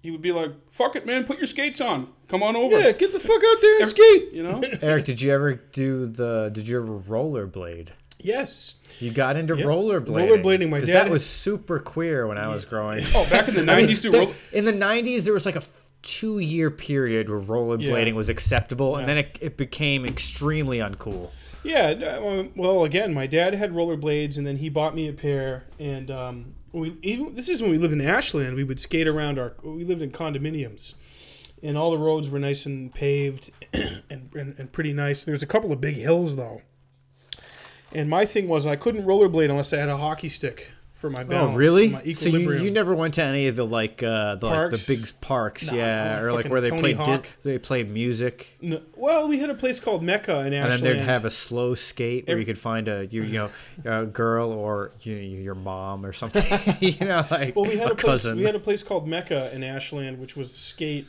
D: he would be like, "Fuck it, man, put your skates on. Come on over."
F: yeah, get the fuck out there and
D: Every-
F: skate.
D: You know,
E: Eric, did you ever do the? Did you ever rollerblade?
F: Yes.
E: You got into
F: Yep.
E: rollerblading.
F: Rollerblading, my
E: 'Cause
F: dad-
E: That was super queer when I was growing. up.
D: oh, back in the '90s, dude.
E: There-
D: roll-
E: in the '90s, there was like a two-year period where rollerblading
F: Yeah.
E: was acceptable, and then it, it became extremely uncool.
F: Yeah, no, um, well, again, my dad had rollerblades, and then he bought me a pair. And um, we even this is when we lived in Ashland. We would skate around our. We lived in condominiums, and all the roads were nice and paved, and, and and pretty nice. There was a couple of big hills though, And my thing was I couldn't rollerblade unless I had a hockey stick for my balance.
E: oh, really?
F: My
E: So you,
F: equilibrium.
E: you never went to any of the like uh, the, like, the
F: Parks?
E: big parks,
F: Nah,
E: yeah,
F: oh,
E: or like
F: fucking
E: where they
F: Tony
E: played di-
F: Hawk.
E: they played music,
F: No- well, we had a place called Mecca in
E: and
F: Ashland.
E: then they'd have a slow skate where
F: Every-
E: you could find a you you know a girl or you, you- your mom or something, you know, like
F: well, we had a, place,
E: cousin.
F: we had a place called Mecca in Ashland, which was a skate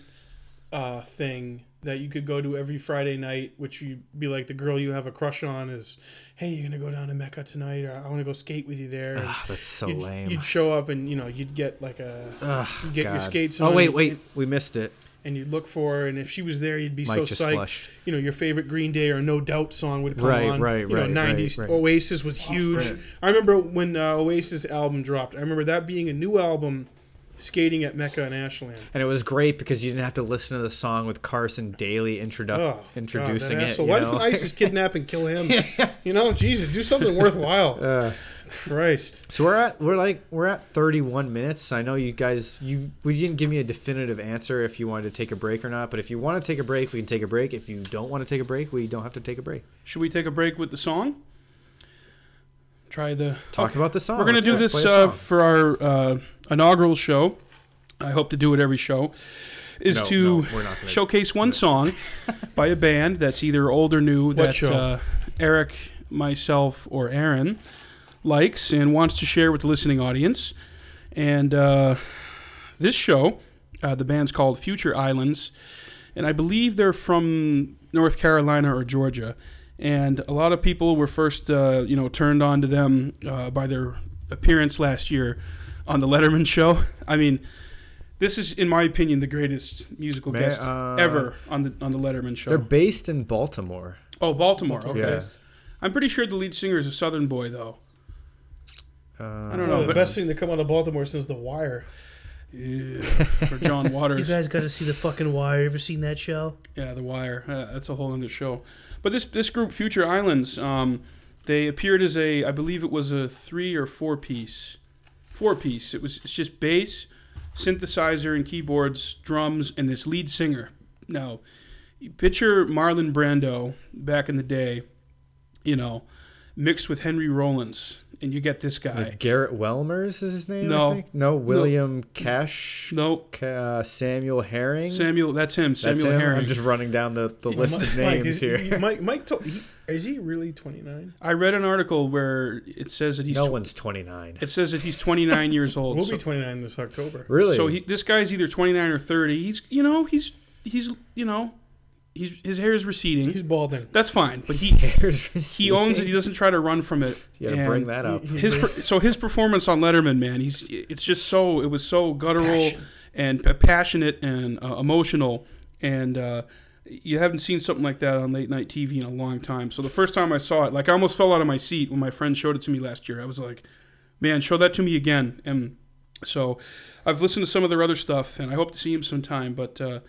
F: uh, thing that you could go to every Friday night. Which you'd be like the girl you have a crush on is, hey, you're gonna go down to Mecca tonight, or I want to go skate with you there. And
E: Ah, that's so
F: you'd,
E: lame.
F: you'd show up and you know you'd get like a
E: Ah,
F: you'd get your
E: God.
F: skates.
E: Oh
F: on
E: wait,
F: and-
E: wait, we missed it.
F: And you'd look for her, and if she was there, you'd be
E: Mike
F: so
E: just
F: psyched.
E: flushed.
F: You know, your favorite Green Day or No Doubt song would come
E: Right,
F: on.
E: right,
F: you know,
E: right,
F: '90s
E: right, right.
F: Oasis was huge.
E: Right.
F: I remember when uh, Oasis album dropped. I remember that being a new album, skating at Mecca and Ashland.
E: And it was great because you didn't have to listen to the song with Carson Daly introdu-
F: Oh,
E: introducing
F: God, that
E: it.
F: asshole.
E: You
F: Why
E: know?
F: doesn't ISIS kidnap and kill him? You know, Jesus, do something worthwhile.
E: Uh,
F: Christ.
E: so we're at we're like we're at 31 minutes. I know you guys you we didn't give me a definitive answer if you wanted to take a break or not. But if you want to take a break, we can take a break. If you don't want to take a break, we don't have to take a break.
D: Should we take a break with the song? Try the
E: Talk about the song.
D: We're gonna
E: Let's-
D: do
E: let's
D: this
E: play a
D: uh,
E: song.
D: for our uh, inaugural show. I hope to do it every show. Is
E: No,
D: to
E: no, we're not gonna-
D: showcase one song by a band that's either old or new that
F: show?
D: Uh, Eric, myself, or Aaron likes and wants to share with the listening audience. And uh, this show, uh, the band's called Future Islands, and I believe they're from North Carolina or Georgia. And a lot of people were first, uh, you know, turned on to them uh, by their appearance last year on the Letterman show. I mean, this is, in my opinion, the greatest musical
E: May-
D: guest
E: uh,
D: ever on the on the Letterman show.
E: They're based in Baltimore.
D: Oh, Baltimore. Okay.
E: Yeah.
D: I'm pretty sure the lead singer is a Southern boy, though.
E: Uh,
D: don't
F: Well,
D: know,
F: the
D: but-
F: best thing to come out of Baltimore since The Wire.
D: Yeah. or John
A: You
D: Waters.
A: guys got to see the fucking wire. Ever seen that show?
D: Yeah, The Wire. Uh, that's a whole other show. But this this group, Future Islands, um, they appeared as a, I believe it was a three or four piece, four piece. It was it's just bass, synthesizer, and keyboards, drums, and this lead singer. Now, you picture Marlon Brando back in the day, you know, mixed with Henry Rollins, and you get this guy.
E: like Garrett Welmers is his name.
D: No.
E: I think? no, William Cash,
D: nope.
E: Ca- uh, Samuel Herring.
D: Samuel, that's him.
E: That's
D: Samuel
E: him?
D: Herring.
E: I'm just running down the, the list of
F: Mike,
E: names
F: is,
E: here.
F: Mike, Mike, told, he, is he really 29?
D: I read an article where it says that he's.
E: no
D: tw-
E: one's 29.
D: it says that he's 29 years old.
F: We'll
D: so,
F: be 29 this October.
E: Really?
D: so he, this guy's either 29 or 30. He's, you know, he's, he's, you know, he's his hair is receding.
F: He's balding.
D: That's fine, but he
E: he
D: he owns it. He doesn't try to run from it.
E: You gotta
D: And
E: bring that up.
D: His per- so his performance on Letterman, man, he's it's just so it was so guttural and p- passionate and uh, emotional, and uh, you haven't seen something like that on late night TV in a long time. So the first time I saw it, like I almost fell out of my seat when my friend showed it to me last year. I was like, man, show that to me again. And so I've listened to some of their other stuff, and I hope to see him sometime. But uh,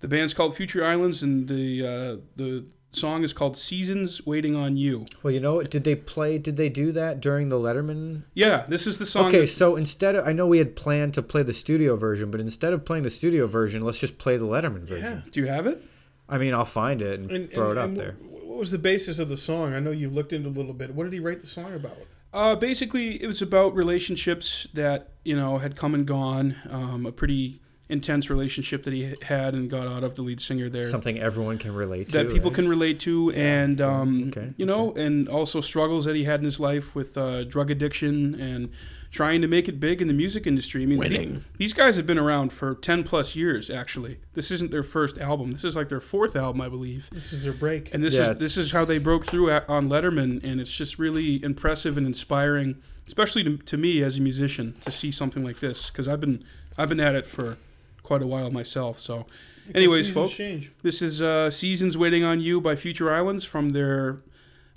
D: the band's called Future Islands, and the uh, the song is called Seasons Waiting on You.
E: Well, you know what? Did they play? Did they do that during the Letterman?
D: Yeah, this is the song.
E: Okay,
D: that-
E: so instead of I know we had planned to play the studio version, but instead of playing the studio version, let's just play the Letterman version.
D: do you have it?
E: I mean, I'll find it and,
F: And,
E: throw it
F: and-
E: up
F: and
E: there.
F: wh- What was the basis of the song? I know you've looked into it a little bit. What did he write the song about?
D: Uh, basically, it was about relationships that you know had come and gone. Um, a pretty intense relationship that he h- had and got out of. The lead singer there.
E: Something everyone can relate to. eh?
D: that people
E: right?
D: can relate to, and um,
E: Okay,
D: you know, and also struggles that he had in his life with uh, drug addiction and trying to make it big in the music industry. I mean, the- these guys have been around for ten plus years. Actually, this isn't their first album. This is like their fourth album, I believe.
F: This is their break.
D: And this
E: Yeah,
D: is this
E: it's-
D: is how they broke through at, on Letterman, and it's just really impressive and inspiring, especially to, to me as a musician to see something like this because I've been I've been at it for quite a while myself. So, anyways,
F: Seasons
D: folks.
F: change.
D: This is uh, Seasons Waiting on You by Future Islands from their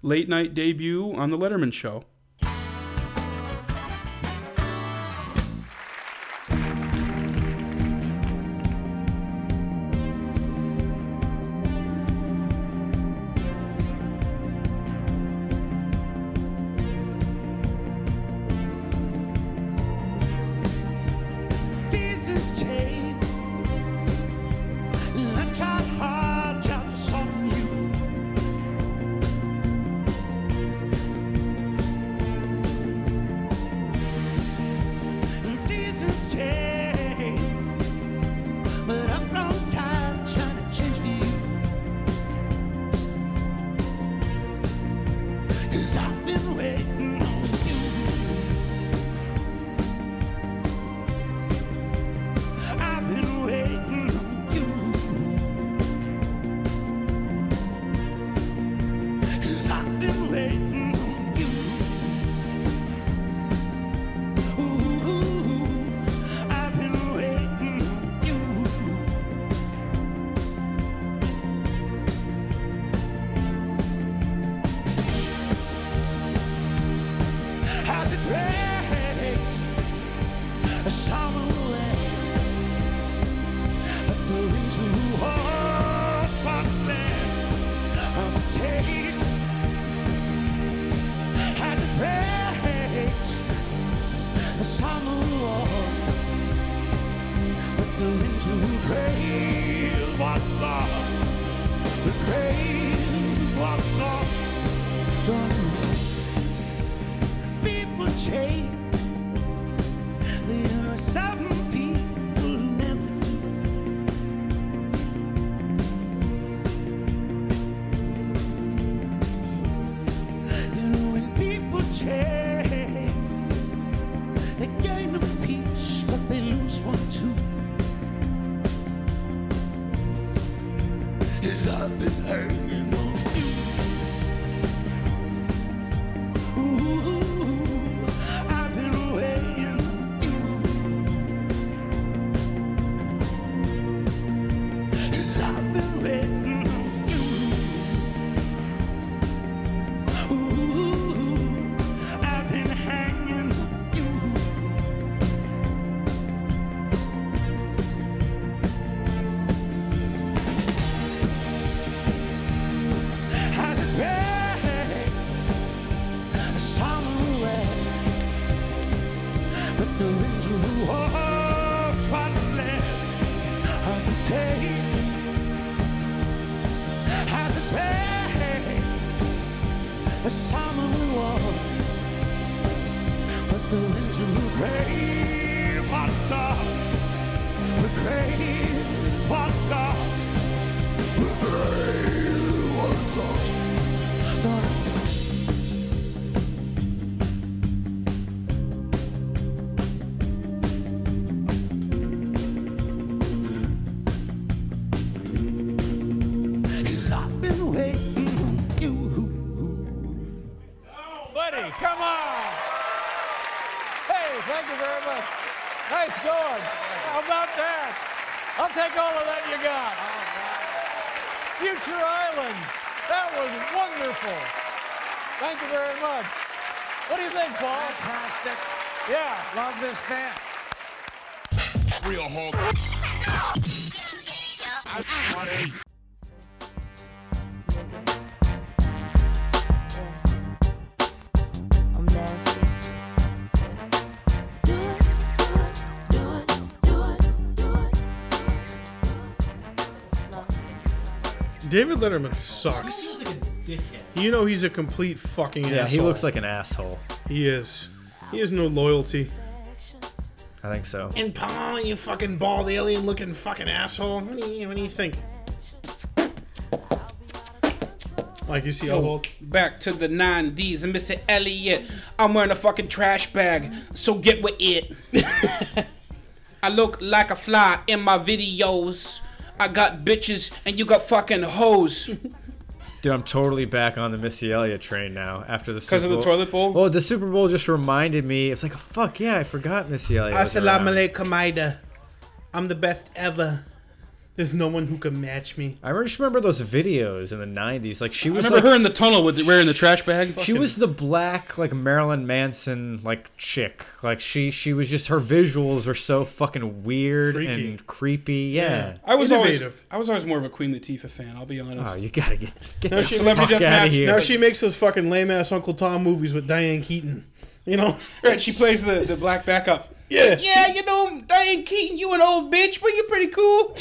D: late night debut on The Letterman Show.
B: Seasons change. And I tried hard just to soften you. The train walks off the roof. People change. There are some people who never do. You know when people change, they gain a piece, but they lose one too. Cause I've been hanging on you. Ooh, I've been waiting on you. Cause I've been waiting on you. Ooh, I've been hanging on you. Has it been summer away? But the winds will wash what's left of the day. Has it been summer away? But the winds will grave what's gone. The grave what's gone. Cause I've been waiting on you.
G: Buddy, come on. Hey, thank you very much. Nice going. How about that? I'll take all of that you got. Future Island. That was wonderful. Thank you very much. What do you think, Paul?
H: Fantastic.
G: Yeah.
H: Love this band.
I: I'm nasty. Do it, do it, do it, do it, do it.
F: David Letterman sucks. You know he's a complete fucking asshole.
E: Yeah, he looks like an asshole.
F: he is. He has no loyalty.
E: I think so.
F: And Paul, you fucking bald alien looking fucking asshole. What do you, what do you think? Like you see, I was all
D: Back to the 90s and Mr. Elliot. I'm wearing a fucking trash bag, so get with it. I look like a fly in my videos. I got bitches and you got fucking hoes.
E: Dude, I'm totally back on the Missy Elliott train now after the
D: Because of the toilet bowl?
E: Well, the Super Bowl just reminded me. It's like, fuck yeah, I forgot Missy Elliott. was around.
F: alaikum, Ida. I'm the best ever. There's no one who can match me.
E: I just remember those videos in the '90s. Like she
D: I
E: was
D: remember
E: like,
D: her in the tunnel with wearing the trash bag.
E: she was the black like Marilyn Manson like chick. Like she she was just her visuals are so fucking weird
F: Freaky.
E: and creepy. Yeah.
D: I was always
F: Innovative.
D: I was always more of a Queen Latifah fan. I'll be honest.
E: Oh, you gotta get get the
F: she-
E: fuck
D: Celebrity Death
E: out
D: Match,
E: of here.
F: Now she makes those fucking lame ass Uncle Tom movies with Diane Keaton. You know?
D: Right, she plays the, the black backup.
F: Yeah.
D: Yeah, you know Diane Keaton, you an old bitch, but you're pretty cool.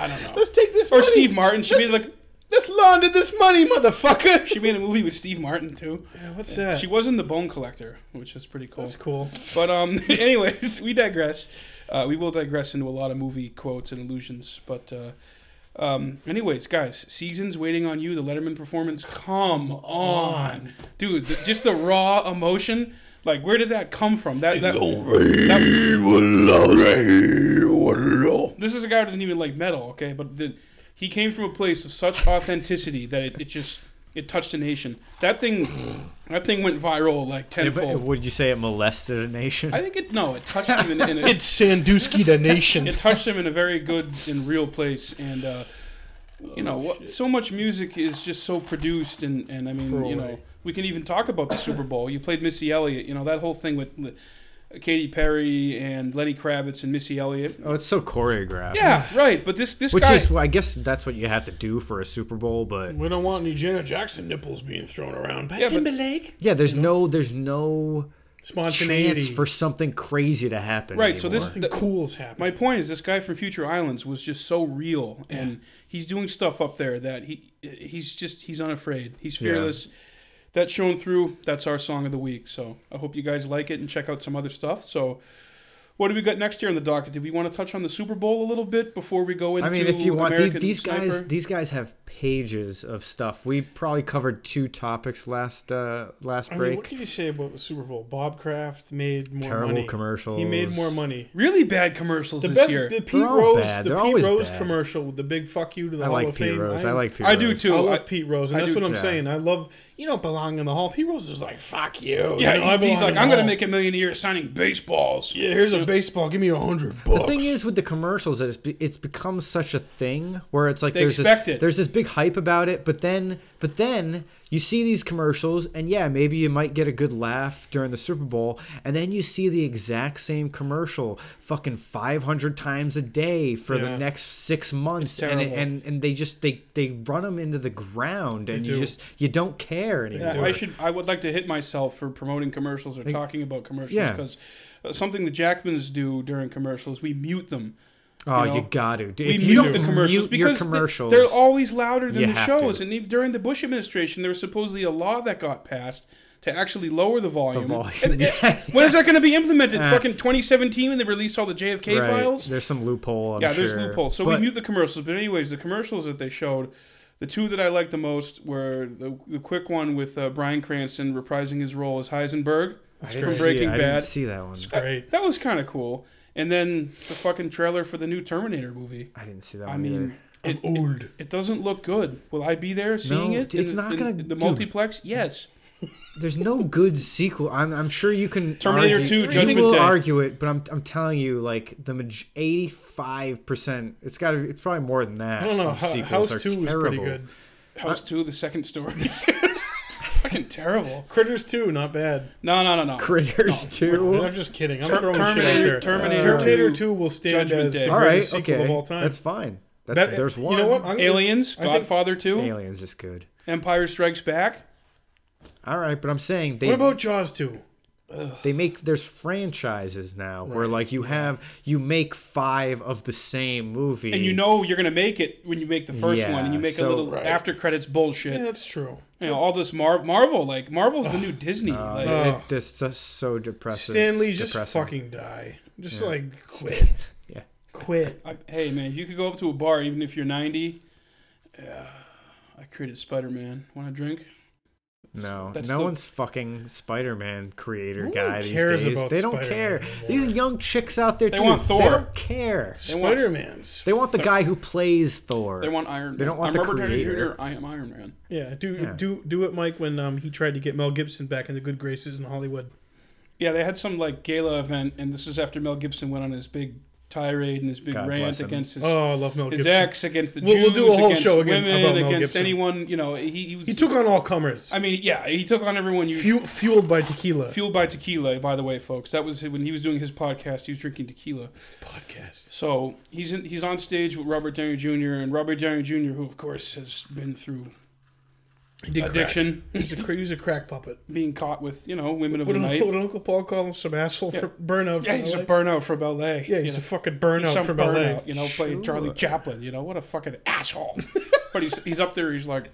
D: I don't know.
F: Let's take this.
D: Or
F: money.
D: Steve Martin. She made like
F: Let's launder this money, motherfucker.
D: she made a movie with Steve Martin too.
F: What's that?
D: She was in The Bone Collector, which was pretty cool.
F: That's cool.
D: But um, anyways, we digress. Uh, we will digress into a lot of movie quotes and allusions. But uh, um, anyways, guys, seasons waiting on you. The Letterman performance. Come on, dude. The, just the raw emotion. Like, where did that come from? That that. This is a guy who doesn't even like metal, okay? But the, he came from a place of such authenticity that it, it just it touched a nation. That thing, that thing went viral like
E: Yeah, but
D: tenfold.
E: Would you say it molested a nation?
D: I think it no, it touched him in, in a,
F: It's Sandusky the Nation.
D: it touched him in a very good and real place and uh, you know what so much music is just so produced and, and i mean you know we can even talk about the super bowl you played missy elliott you know that whole thing with L- Katy perry and lenny kravitz and missy elliott
E: oh, it's so choreographed.
D: yeah right but this this
E: Which
D: guy
E: is, well, I guess that's what you have to do for a Super Bowl, but
F: We don't want any Janet Jackson nipples being thrown around.
D: yeah, but-
E: yeah, there's no, there's no
F: spontaneity.
E: chance for something crazy to happen.
D: Right, so
E: anymore.
D: this-
F: Nothing cool's happening.
D: My point is, this guy from Future Islands was just so real, and he's doing stuff up there that he he's just he's unafraid. He's fearless. That's shown through. That's our song of the week. So I hope you guys like it and check out some other stuff. So. What do we got next here on the docket? Do we want to touch on the Super Bowl a little bit before we go into?
E: I mean, if you want, the,
D: American
E: these guys,
D: Sniper?
E: these guys have pages of stuff. We probably covered two topics last uh, last
F: I mean,
E: break.
F: what can you say about the Super Bowl? Bob Kraft made more
E: Terrible
F: money.
E: commercials.
F: He made more money.
D: really bad commercials
F: The
D: this
F: best,
D: year.
F: the Pete
E: all
F: Rose,
E: bad.
F: the
E: They're
F: Pete
E: always
F: Rose
E: bad.
F: commercial with the big "fuck you" to the
E: I
F: Hall
E: like
F: of
E: Pete
F: Fame.
E: Rose.
F: I'm-
E: I like Pete
D: I
E: Rose.
D: do too.
F: I
D: I-
F: love Pete Rose, and
E: I
F: that's
E: do-
F: what I'm
E: yeah.
F: saying. I love you don't belong in the hall. Pete Rose is like fuck you.
D: yeah,
F: You know, I
D: he- he's
F: belong in
D: like,
F: the
D: I'm gonna
F: hall."
D: make a million a year signing baseballs.
F: Yeah, here's a baseball. Give me a hundred bucks.
E: The thing is with the commercials that it's, be, it's become such a thing where it's like
D: They
E: there's
D: expect
E: this,
D: it.
E: there's this big hype about it, but then but then you see these commercials and yeah maybe you might get a good laugh during the Super Bowl and then you see the exact same commercial fucking 500 times a day for
F: Yeah.
E: the next six months and,
D: terrible.
E: and and they just they they run them into the ground and you
F: do.
E: just you don't care anymore.
D: Yeah, I should. I would like to hit myself for promoting commercials or talking about commercials
E: Yeah.
D: because uh, something the Jackmans do during commercials, we mute them.
E: oh,
D: you
E: you,
D: know,
E: got to.
D: We
E: If
D: mute
E: you don't
D: the commercials
E: mute your
D: because they-
E: commercials,
D: they're always louder
E: you
D: than the
E: have to.
D: shows. And even during the Bush administration, there was supposedly a law that got passed to actually lower the volume.
E: volume,
D: And- and-
E: yeah.
D: when is that going to be implemented?
E: Ah.
D: Fucking 2017 when they released all the JFK
E: Right,
D: files.
E: There's some loophole. I'm
D: yeah, there's
E: sure.
D: loopholes. So
E: But-
D: we mute the commercials. But anyways, the commercials that they showed, the two that I liked the most were the, the quick one with uh, Brian Cranston reprising his role as Heisenberg from
E: see
D: Breaking
E: it. I
D: Bad.
E: didn't see that one.
F: great.
D: That was kind of cool. And then the fucking trailer for the new Terminator movie.
E: I didn't see that
D: I
E: one.
D: mean, it, it,
F: Old.
D: it doesn't look good. Will I be there seeing
E: No,
D: it?
E: it's
D: in-
E: not
D: in
E: gonna-
D: the
E: dude.
D: multiplex. Yes,
E: there's no good sequel. I'm, I'm sure you can.
D: Terminator
E: argue-
D: 2,
E: you
D: Judgment
E: will
D: Day.
E: argue it, but I'm, I'm telling you, like the eighty five percent. It's got to. It's probably more than that.
F: I don't know.
E: of
F: Ho-
E: sequels
F: House
E: are
F: Two was pretty
E: terrible.
F: good.
D: House Two, the second story. fucking terrible.
F: Critters Two, not bad.
D: No, no, no, no.
E: Critters
F: I'm
E: two.
F: just kidding. I'm
D: Ter-
F: throwing shit out
D: Terminator,
F: there. Uh,
D: Terminator,
F: Terminator
D: 2,
F: Two will stand
D: Judgment
F: as
D: Day.
F: the
E: All
F: greatest
E: right.
F: sequel
E: Okay.
F: of all time.
E: That's fine. That's
F: That-
E: there's one.
F: You know what? I'm gonna-
D: Aliens,
F: I think-
D: Godfather Two,
E: Aliens is good.
D: Empire Strikes Back.
E: All right, but I'm saying they
F: What about Jaws Two?
E: they make there's franchises now where like you have you make five of the same movie
D: and you know you're gonna make it when you make the first
E: Yeah,
D: one, and you make a
E: so-
D: little
E: Right.
D: after credits bullshit.
F: Yeah, that's true.
D: You know all this Mar- Marvel, like Marvel's the new Disney. like,
E: It, it's just so depressing.
F: Stanley,
E: It's
F: just
E: depressing.
F: fucking die. Just like quit.
E: Yeah.
F: Quit.
D: I, hey man, if you could go up to a bar, even if you're 90, uh, I created Spider Man. Want a drink?
E: No,
D: That's
E: no
D: the-
E: one's fucking Spider-Man creator
F: No one
E: guy these
F: cares
E: days.
F: about
E: They don't
F: Spider-Man
E: care.
F: anymore.
E: These young chicks out there,
D: They
E: too,
D: want Thor.
E: They don't care.
D: want-
F: Spider Man's.
E: They want the guy who plays Thor.
D: They want Iron. Man.
E: They don't want
D: I'm
E: the
D: Robert Downey Jr.
E: creator.
D: I am Iron Man.
F: Yeah, do
E: Yeah.
F: do do it, Mike. When um he tried to get Mel Gibson back in the good graces in Hollywood.
D: Yeah, they had some like gala event, and this is after Mel Gibson went on his big tirade and his big
E: God
D: rant
E: bless him.
D: against his.
F: Oh, I love Mel
D: his
F: Gibson.
D: ex against the
F: We'll- we'll
D: Jews,
F: do a whole
D: against
F: show again
D: women,
F: about Mel
D: against
F: Gibson.
D: anyone. You know, he, he was.
F: He took on all comers.
D: I mean, yeah, he took on everyone. You
F: Fu- fueled by tequila.
D: Fueled by tequila, by the way, folks. That was when he was doing his podcast. He was drinking tequila.
F: podcast.
D: So he's in, he's on stage with Robert Downey Jr. and Robert Downey Jr., who of course has been through
F: He did
D: addiction,
F: Crack. He's a cra- he was a crack puppet.
D: being caught with you know women of
F: What
D: the
F: did,
D: night.
F: what did Uncle Paul call him? Some asshole for burnout.
D: Yeah,
F: from
D: he's
F: LA?
D: a burnout from L.A.
F: Yeah, he's
D: you know,
F: a fucking
D: he's
F: burnout
D: some
F: from
D: burnout,
F: LA.
D: you know, playing Charlie Chaplin. You know, what a fucking asshole. but he's he's up there. He's like,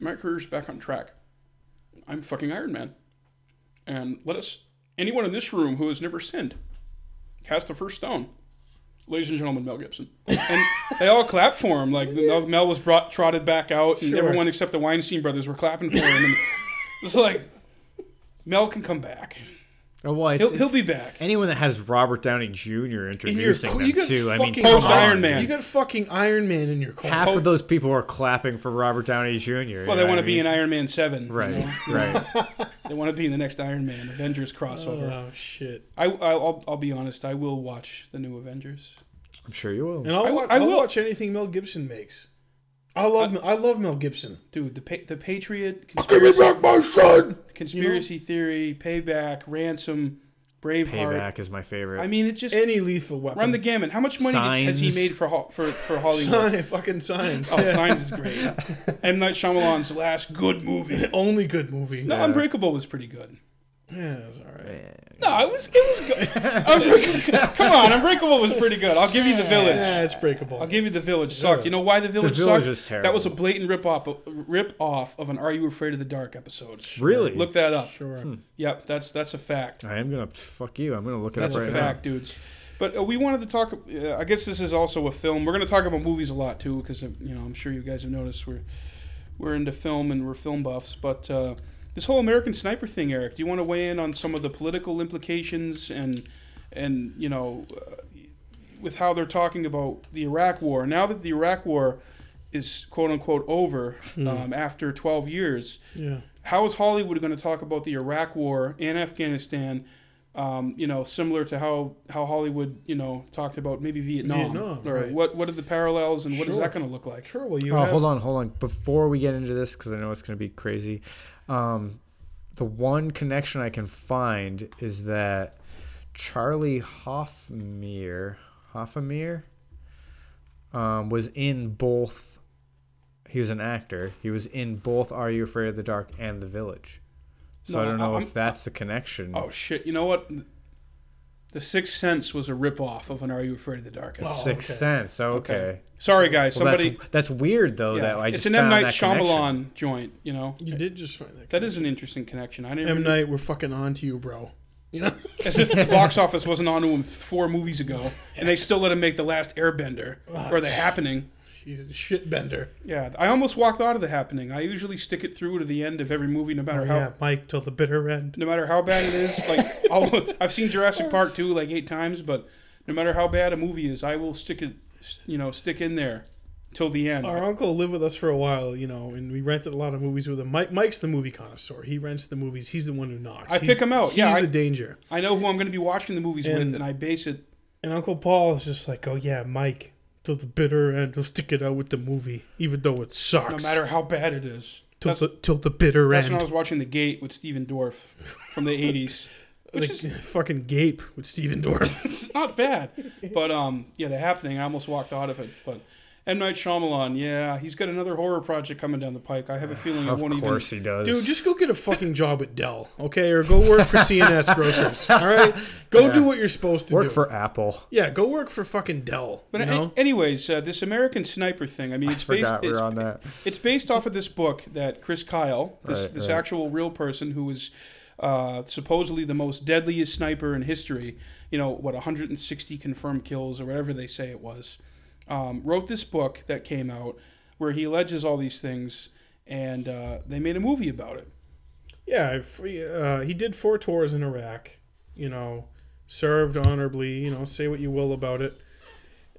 D: my career's back on track. I'm fucking Iron Man, and let us anyone in this room who has never sinned cast the first stone. Ladies and gentlemen, Mel Gibson, and they all clapped for him. Like Mel, Mel was brought trotted back out, and
F: Sure.
D: everyone except the Weinstein brothers were clapping for him. And it's like Mel can come back.
E: Oh, well, it's,
D: He'll, he'll be back.
E: anyone that has Robert Downey Jr.
F: And you're,
E: introducing
F: co-
E: them
F: you got
E: to, I mean,
F: fucking
E: come
D: Post
E: on.
D: Iron Man.
F: You got fucking Iron Man in your car.
E: Half of those people are clapping for Robert Downey Jr.
D: Well, they want to be in Iron Man Seven, you
E: Right,
D: know?
E: right.
D: They want to be in the next Iron Man Avengers crossover.
F: Oh shit!
D: I, I I'll, I'll be honest. I will watch the new Avengers.
E: I'm sure you will.
F: And I'll,
D: I
F: I,
D: w-
F: will
D: I will-
F: watch anything Mel Gibson makes. I love I, love Mel Gibson.
D: Dude, the pa- the Patriot conspiracy,
F: my son.
D: conspiracy theory, payback, ransom, Braveheart.
E: Payback is my favorite.
D: I mean, it just
F: Any lethal weapon.
D: run the gamut. How much money has he
E: Signs.
D: made for Ho- for for Hollywood?
F: Sign, fucking signs.
D: Oh,
F: Yeah.
D: Signs is great. M Night Shyamalan's last good movie.
F: Only good movie.
D: No, Unbreakable was pretty good.
F: Yeah, that's all right.
D: No, it was it was good. Unbreakable- Come on, Unbreakable was pretty good. I'll give you the village.
F: Yeah, it's breakable.
D: I'll give you the village sucked. You know why the village
E: Village
D: sucked?
E: was
D: That was a
E: terrible.
D: blatant rip off rip off of an Are You Afraid of the Dark episode.
E: Really?
D: Look that up. Sure.
E: Hmm.
D: Yep, that's that's a fact.
E: I am gonna fuck you. I'm gonna look it
D: That's
E: up right
D: a
E: now.
D: fact, dudes. But uh, we wanted to talk. Uh, I guess this is also a film. We're going to talk about movies a lot too, because you know I'm sure you guys have noticed we're we're into film and we're film buffs. But uh, this whole American Sniper thing, Eric, do you want to weigh in on some of the political implications and and you know uh, with how they're talking about the Iraq War now that the Iraq War is quote unquote over um, after 12 years?
F: Yeah.
D: how is Hollywood going to talk about the Iraq War and Afghanistan? Um, you know, similar to how, how Hollywood, you know, talked about maybe Vietnam,
F: Vietnam,
D: or
F: right.
D: what what are the parallels and what is
F: Sure.
D: that going to look like?
F: Sure. Well, you
E: Oh,
F: have,
E: hold on, hold on. Before we get into this, because I know it's going to be crazy, um, the one connection I can find is that Charlie Hoffmeer, Hoffmeer, um, was in both. He was an actor. He was in both "Are You Afraid of the Dark" and "The Village." So I
D: No,
E: don't know
D: I'm-
E: if that's the connection.
D: Oh shit! You know what? The Sixth Sense was a ripoff of an Are You Afraid of the Dark?
E: Sixth Sense. Okay.
D: Sorry, guys.
E: Well,
D: somebody.
E: that's, that's weird though.
D: yeah,
E: That I just
D: it's an M
E: found
D: Night
E: that connection.
D: Shyamalan joint. You know,
F: You did just find that.
D: that is an interesting connection. I didn't.
F: M
D: even-
F: Night, we're fucking on to you, bro. You know.
D: As if the box office wasn't on to him four movies ago, and they still let him make the last Airbender or the Happening.
F: He's a shit bender.
D: Yeah, I almost walked out of the happening. I usually stick it through to the end of every movie, no matter how
F: Oh,
E: Oh.
F: Yeah, Mike till the bitter end.
D: no matter how bad it is. Like I'll, I've seen Jurassic Park two like eight times, but no matter how bad a movie is, I will stick it, you know, stick in there till the end.
F: Our uncle lived with us for a while, you know, and we rented a lot of movies with him. Mike, Mike's the movie connoisseur. He rents the movies. He's the one who knocks.
D: I
F: He's-
D: pick 'em out.
F: He's
D: Yeah, I-
F: the danger.
D: I know who I'm going to be watching the movies with,
F: And-
D: and I base it.
F: And Uncle Paul is just like, oh yeah, Mike till the bitter end. He'll stick it out with the movie, even though it sucks.
D: No matter how bad it is.
F: till
D: That's,
F: the, till the bitter
D: that's when I
F: end.
D: was watching The Gate with Steven Dorff from the '80s, which
F: Like,
D: is
F: fucking gape with Steven Dorff.
D: it's not bad. But um, yeah, the happening. I almost walked out of it. But M Night Shyamalan, yeah, he's got another horror project coming down the pike. I have a feeling it
E: Of
D: won't
E: course
D: even.
E: he does.
F: Dude, just go get a fucking job at Dell, okay? Or go work for CNS Grocers, all right? Go do what you're supposed to
E: work
F: do.
E: for Apple.
F: yeah, go work for fucking Dell.
D: But
F: you
D: a-
F: know?
D: anyways, uh, this American Sniper thing. I mean, it's based.
E: Forgot we
D: it's,
E: were on that.
D: it's based off of this book that Chris Kyle, this
E: Right,
D: this
E: right.
D: actual real person who was uh, supposedly the most deadliest sniper in history. You know what, 160 confirmed kills or whatever they say it was. Um, wrote this book that came out where he alleges all these things, and uh, they made a movie about it.
F: Yeah, if we- uh, he did four tours in Iraq. You know, served honorably. You know, say what you will about it.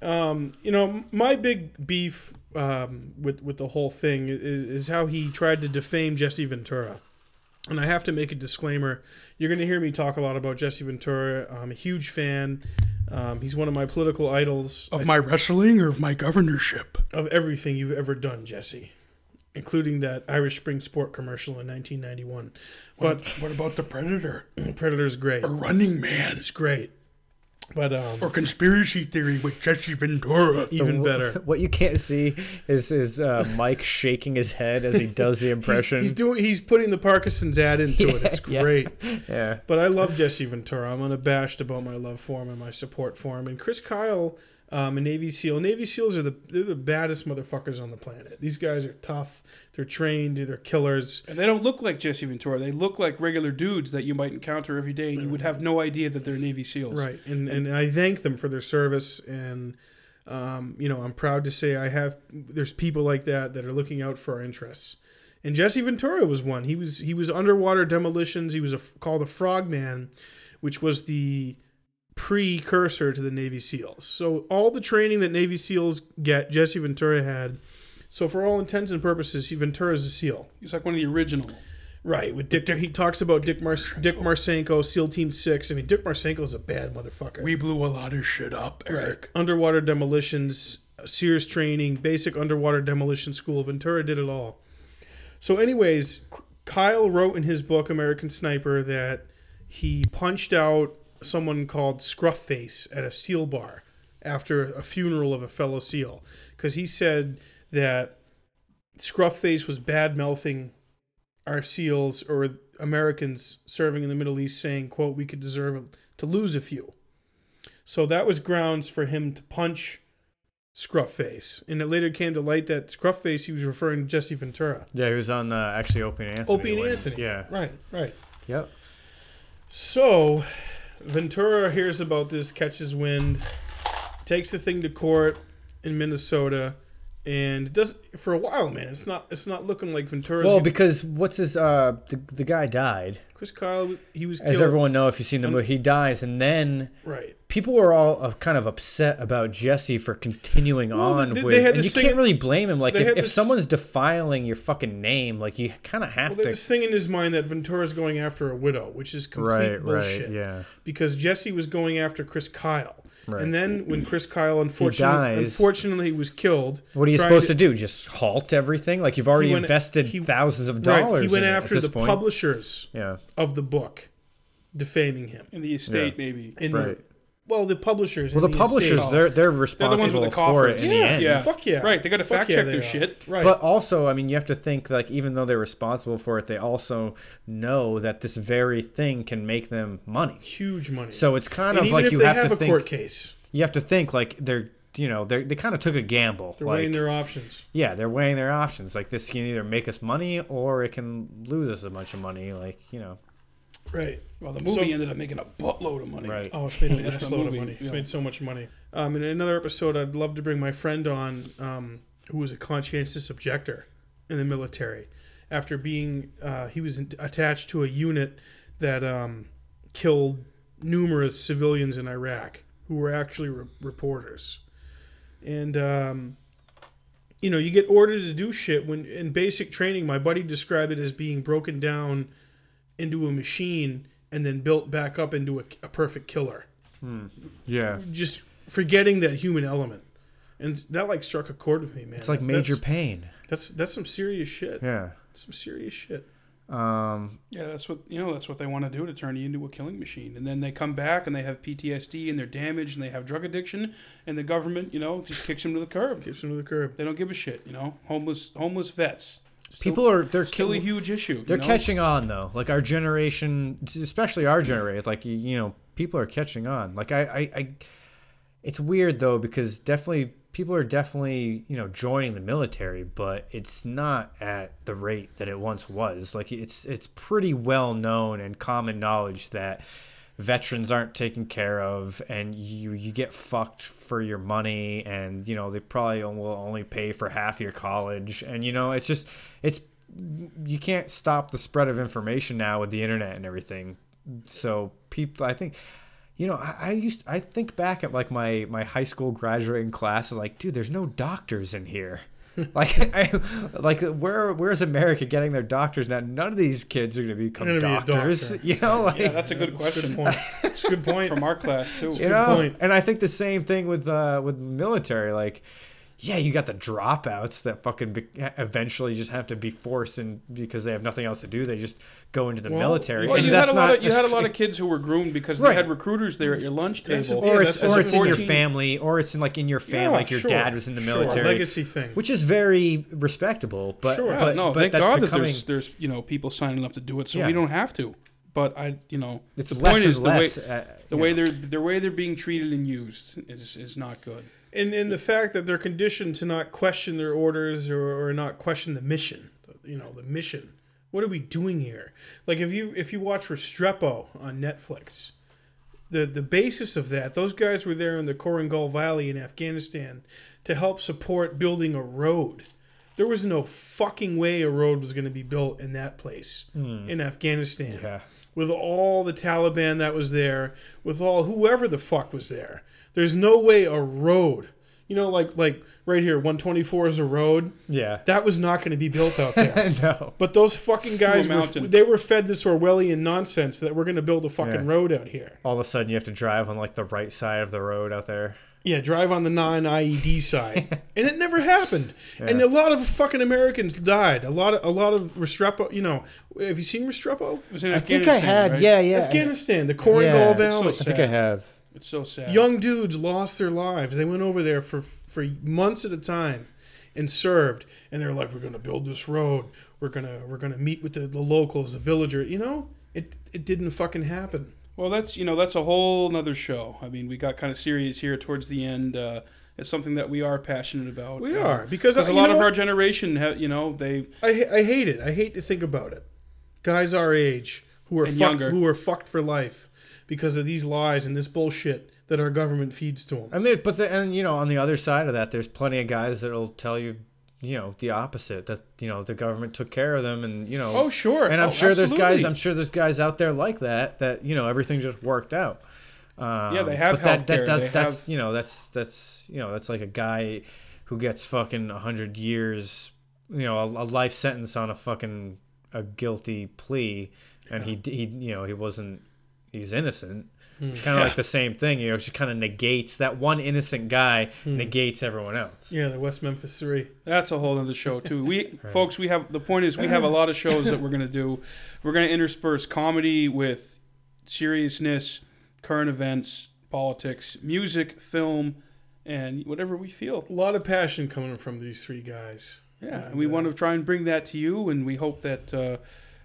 F: Um, you know, m- my big beef um, with with the whole thing is, is how he tried to defame Jesse Ventura. And I have to make a disclaimer. You're going to hear me talk a lot about Jesse Ventura. I'm a huge fan. Um, he's one of my political idols
D: Of my wrestling or of my governorship?
F: of everything you've ever done, Jesse, including that Irish Spring Sport commercial in 1991. But
D: What about the Predator?
F: Predator's great.
D: Running Man?
F: It's great. But um,
D: Or conspiracy theory with Jesse Ventura?
F: even better.
E: What you can't see is is uh, Mike shaking his head as he does the impression.
F: He's doing. He's putting the Parkinson's ad into it. It's
E: Yeah, yeah.
F: great.
E: yeah,
F: But I love Jesse Ventura. I'm unabashed about my love for him and my support for him. And Chris Kyle, um, a Navy SEAL. Navy SEALs are the they're the baddest motherfuckers on the planet. These guys are tough. They're trained. They're killers.
D: And they don't look like Jesse Ventura. They look like regular dudes that you might encounter every day, and you would have no idea that they're Navy SEAls.
F: Right. And and I thank them for their service. And um, you know, I'm proud to say I have. There's people like that that are looking out for our interests. And Jesse Ventura was one. He was he was underwater demolitions. He was a, called a frogman, which was the precursor to the Navy SEALs. So all the training that Navy SEAls get, Jesse Ventura had. So for all intents and purposes, he- Ventura is a SEAL.
D: He's like one of the original.
F: Right, with Dick, he talks about Dick Mar- Dick Marsenko, SEAL Team Six. I mean, Dick Marsenko's a bad motherfucker.
D: We blew a lot of shit up, Eric.
F: underwater demolitions, Sears training, basic underwater demolition school. Ventura did it all. So, anyways, K- Kyle wrote in his book American Sniper that he punched out someone called Scruffface at a SEAL bar after a funeral of a fellow SEAL because he said that Scruffface was bad mouthing our SEALs or Americans serving in the Middle East saying, "quote We could deserve to lose a few." So that was grounds for him to punch Scruffface, and it later came to light that Scruffface he was referring to Jesse Ventura,
E: Yeah, he was on uh, actually Opie and Anthony.
F: Opie and
E: when-
F: Anthony.
E: Yeah.
F: right, right.
E: Yep.
F: So, Ventura hears about this, catches wind, takes the thing to court in Minnesota, and it does for a while, man. It's not it's not looking like Ventura's.
E: Well,
F: gonna-
E: because what's his uh the, the guy died.
F: Chris Kyle, he was
E: As
F: killed.
E: everyone know if you've seen the movie, he dies and then
F: right.
E: people were all uh, kind of upset about Jesse for continuing
F: Well,
E: on
F: they- they
E: with.
F: had
E: and
F: this
E: you
F: thing-
E: can't really blame him. Like
F: they
E: if,
F: had
E: if
F: this-
E: someone's defiling your fucking name, like you kind of have
F: Well, there's
E: to.
F: this thing in his mind that Ventura's going after a widow, which is complete
E: Right,
F: bullshit.
E: right, yeah.
F: Because Jesse was going after Chris Kyle.
E: Right.
F: And then when Chris Kyle unfortunately
E: dies-
F: unfortunately was killed,
E: What are you
F: tried
E: supposed to, do? Just halt everything? Like you've already
F: went-
E: invested
F: he-
E: thousands of
F: Right,
E: dollars.
F: he went
E: in it at
F: after
E: this
F: the
E: point.
F: publishers
E: Yeah.
F: of the book, defaming him.
D: in the estate, maybe.
F: in
E: Right.
F: well the publishers
E: Well,
F: in
E: the publishers
F: estate.
E: they're they're
D: They're
E: responsible
D: the ones with the
E: for it
D: coffers.
E: in the end.
D: Yeah.
F: Fuck yeah.
D: Right, they got to
F: Fuck
D: fact
F: yeah,
D: check
F: they
D: their
F: are.
D: shit.
F: right
E: But also, I mean, you have to think like even though they're responsible for it, they also know that this very thing can make them money.
F: huge money
E: So it's kind
F: and
E: of
F: even
E: like
F: if
E: you
F: they
E: have,
F: have,
E: to
F: a
E: think.
F: court case
E: You have to think like they're you know they they kind of took a gamble.
F: they're
E: like,
F: weighing their options
E: yeah, they're weighing their options. Like this can either make us money or it can lose us a bunch of money. Like you know,
F: right
D: Well, the movie ended up making a buttload of money.
E: Right.
F: oh it's made a
D: That's
F: nice
D: the
F: load of
D: movie,
F: money it's
D: yeah.
F: made so much money um in another episode I'd love to bring my friend on um who was a conscientious objector in the military after being uh he was in- attached to a unit that um killed numerous civilians in Iraq who were actually re- reporters and um, you know you get ordered to do shit when in basic training my buddy described it as being broken down into a machine and then built back up into a, a perfect killer
E: yeah,
F: just forgetting that human element and that like struck a chord with me man
E: it's like major
F: that's,
E: pain.
F: that's that's some serious shit
E: Yeah.
F: some serious shit
E: Um,
D: Yeah, that's what you know. That's what they want to do to turn you into a killing machine, and then they come back and they have PTSD and they're damaged and they have drug addiction, and the government, you know, just kicks them to the curb.
F: gives him to the curb
D: They don't give a shit, you know. Homeless, homeless vets. Still-
E: people are they're
D: still a
E: kill-
D: huge issue. you
E: They're
D: know?
E: catching on though. Like our generation, especially our generation, like you, you know, people are catching on. Like I, I, I, it's weird though because definitely people are definitely you know joining the military, but it's not at the rate that it once was. Like it's it's pretty well known and common knowledge that veterans aren't taken care of and you you get fucked for your money and you know they probably will only pay for half your college and you know it's just it's you can't stop the spread of information now with the internet and everything. So people, I think, you know, I, I used I think back at like my my high school graduating class and like, dude, there's no doctors in here. like, I, like where where's America getting their doctors now? None of these kids are gonna become
F: They're gonna be a
E: doctors.
F: doctor.
E: You know, like
D: Yeah, Oh, that's a good
F: That's a
D: question
F: good point it's a good point
D: from our class too.
E: you know,
F: point.
E: and I think the same thing with uh with military. Like, yeah, you got the dropouts that fucking be- e, eventually just have to be forced and because they have nothing else to do, they just go into the military.
D: Well,
E: and
D: you
E: that's
D: had a
E: not
D: lot. Of, you had a lot of kids who were groomed because they
E: Right.
D: had recruiters there at your lunch
F: That's-
D: table.
F: yeah,
E: or
F: that's
E: it's, or
F: a
E: it's in your
F: 14
E: family, or it's in like in your family,
F: Yeah,
E: like your
F: sure,
E: dad was in the
F: sure.
E: military,
F: legacy thing
E: which is very respectable. But
F: Sure.
E: but,
D: no,
E: but
D: thank
E: that's
D: God that
E: becoming
D: there's there's you know people signing up to do it, so
E: Yeah.
D: we don't have to. But I, you know,
E: it's
D: the
E: less
D: point
E: and
D: is the way
E: less. uh,
D: the
E: you
D: way
E: know.
D: they're the way they're being treated and used is is not good.
F: and and the fact that they're conditioned to not question their orders or, or not question the mission you know the mission what are we doing here like if you if you watch restrepo on netflix the the basis of that those guys were there in the korangal valley in afghanistan to help support building a road there was no fucking way a road was going to be built in that place in afghanistan
E: Hmm. Yeah.
F: with all the Taliban that was there, with all whoever the fuck was there. There's no way a road, you know, like like right here, 124 is a road.
E: yeah.
F: That was not going to be built out there.
E: no.
F: but those fucking guys, were,
D: mountain.
F: they were fed this Orwellian nonsense that we're going to build a fucking
E: Yeah.
F: road out here.
E: All of a sudden, you have to drive on like the right side of the road out there.
F: Yeah, drive on the non-IED side, and it never happened. And a lot of fucking Americans died. A lot of a lot of Restrepo. You know, have you seen Restrepo?
D: It was in Afghanistan, right?
E: yeah.
F: Afghanistan, the Korangal Valley.
D: so sad.
E: have.
D: It's so sad.
F: young dudes lost their lives. They went over there for for months at a time, and served. And they're like, we're gonna build this road. We're gonna we're gonna meet with the, the locals, the villager. You know, it it didn't fucking happen.
D: Well, that's you know that's a whole nother show. I mean, we got kind of serious here towards the end. Uh, it's something that we are passionate about.
F: We
D: Uh,
F: are, because,
D: a
F: uh, you
D: lot
F: know
D: of
F: what?
D: our generation, ha- you know, they
F: I, ha- I hate it. I hate to think about it. Guys our age who are
D: And
F: fucked,
D: younger.
F: who are fucked for life because of these lies and this bullshit that our government feeds to them.
E: And there, but the, and you know, on the other side of that, there's plenty of guys that'll tell you, you know, the opposite that you know the government took care of them, and you know.
D: Oh, sure.
E: And I'm
D: Oh,
E: sure there's guys.
D: absolutely.
E: I'm sure there's guys out there like that that you know everything just worked out. Um,
D: Yeah, they have
E: but that, that
D: healthcare,
E: does,
D: they
E: that's
D: have-
E: you know that's that's you know that's like a guy who gets fucking hundred years, you know, a, a life sentence on a fucking a guilty plea, and he d- he you know he wasn't he's innocent.
D: Hmm.
E: It's kind of like the same thing, you know. It just kind of negates that one innocent guy
D: Hmm.
E: negates everyone else.
F: Yeah, the West Memphis Three.
D: That's a whole other show too. We folks, we have the point is we have a lot of shows that we're gonna do. We're gonna intersperse comedy with seriousness, current events, politics, music, film, and whatever we feel.
F: A lot of passion coming from these three guys.
D: Yeah, and we want to try and bring that to you, and we hope that uh,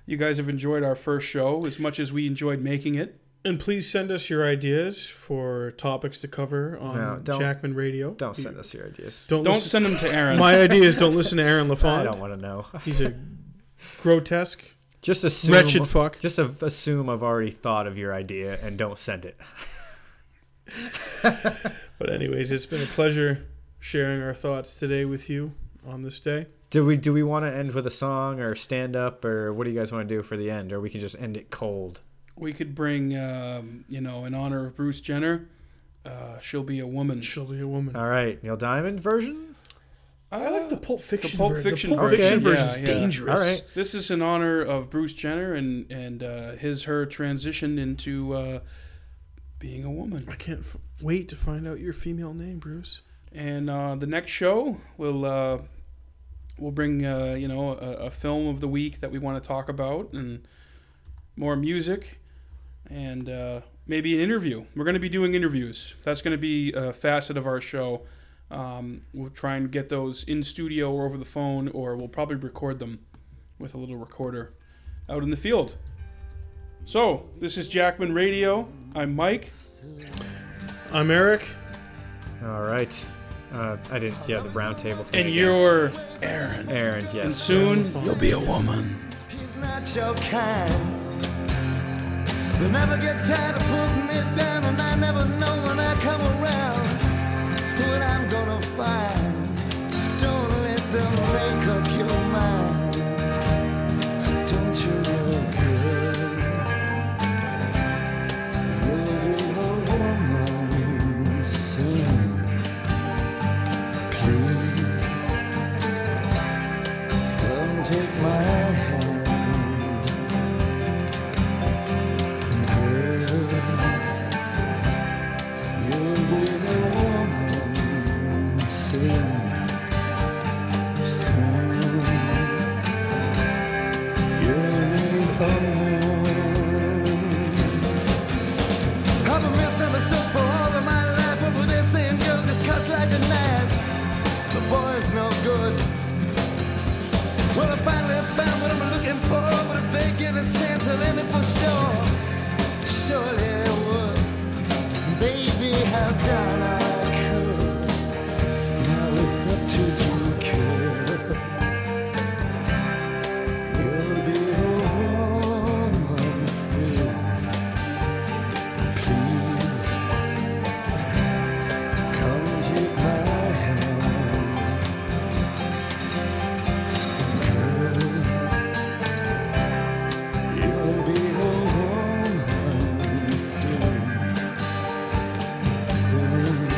D: you guys have enjoyed our first show as much as we enjoyed making it.
F: And please send us your ideas for topics to cover on
E: No, don't-
F: Jackman Radio.
E: Don't send us your ideas.
F: Don't,
D: Don't
F: listen-
D: send them to Aaron.
F: my ideas. Don't listen to Aaron
E: I don't
F: Lafont.
E: want to know.
F: He's a grotesque,
E: Just assume.
F: wretched fuck.
E: Just a- assume I've already thought of your idea and don't send it.
F: But anyways, it's been a pleasure sharing our thoughts today with you on this day.
E: Do we do we want to end with a song or stand up or what do you guys want to do for the end or we can just end it cold?
D: we could bring, um, you know, in honor of Bruce Jenner. Uh, she'll be a woman.
F: She'll be a woman.
E: All right, Neil Diamond version.
F: I like the Pulp Fiction.
D: Pulp
F: ver-
D: Fiction
F: the Pulp
E: version.
F: Fiction
E: Okay.
F: version's
D: Yeah, yeah.
F: dangerous.
E: All right.
D: This is in honor of Bruce Jenner and and uh, his her transition into uh, being a woman.
F: I can't f- wait to find out your female name, Bruce.
D: And uh, the next show will uh, will bring uh, you know a, a film of the week that we want to talk about and more music and uh, maybe an interview. We're going to be doing interviews. That's going to be a facet of our show. Um, we'll try and get those in studio or over the phone, or we'll probably record them with a little recorder out in the field. So, this is Jackman Radio. I'm Mike.
F: I'm Eric.
E: All right. Uh, I didn't. Yeah, the round table. Thing
D: And
E: again.
D: you're
E: Aaron. Yes.
D: and soon you'll be a woman.
B: She's not your kind. You'll never get tired of putting me down, and I never know when I come around what I'm gonna find. Don't let them make up your mind. Don't you look good? You'll be a woman soon. Please come take my hand. Girl, you'll be the woman soon. Soon. You'll need a woman. I've been misunderstood for all of my life, but they saying girls get cut like a knife. The boy's no good. Well, I finally found what I'm looking for, but if they get a chance, I'll end it for sure. Surely it would. Baby, how done I could. Now it's up to you, kid. You'll be the woman soon. Please come take my hand. You'll be the woman soon, soon.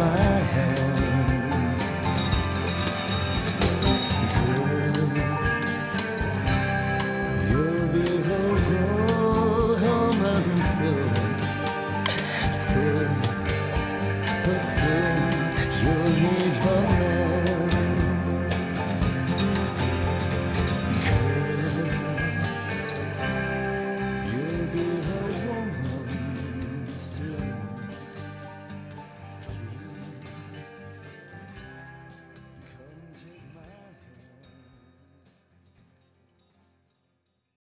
B: my hand. Girl, you'll be the woman soon, soon, but soon you'll need.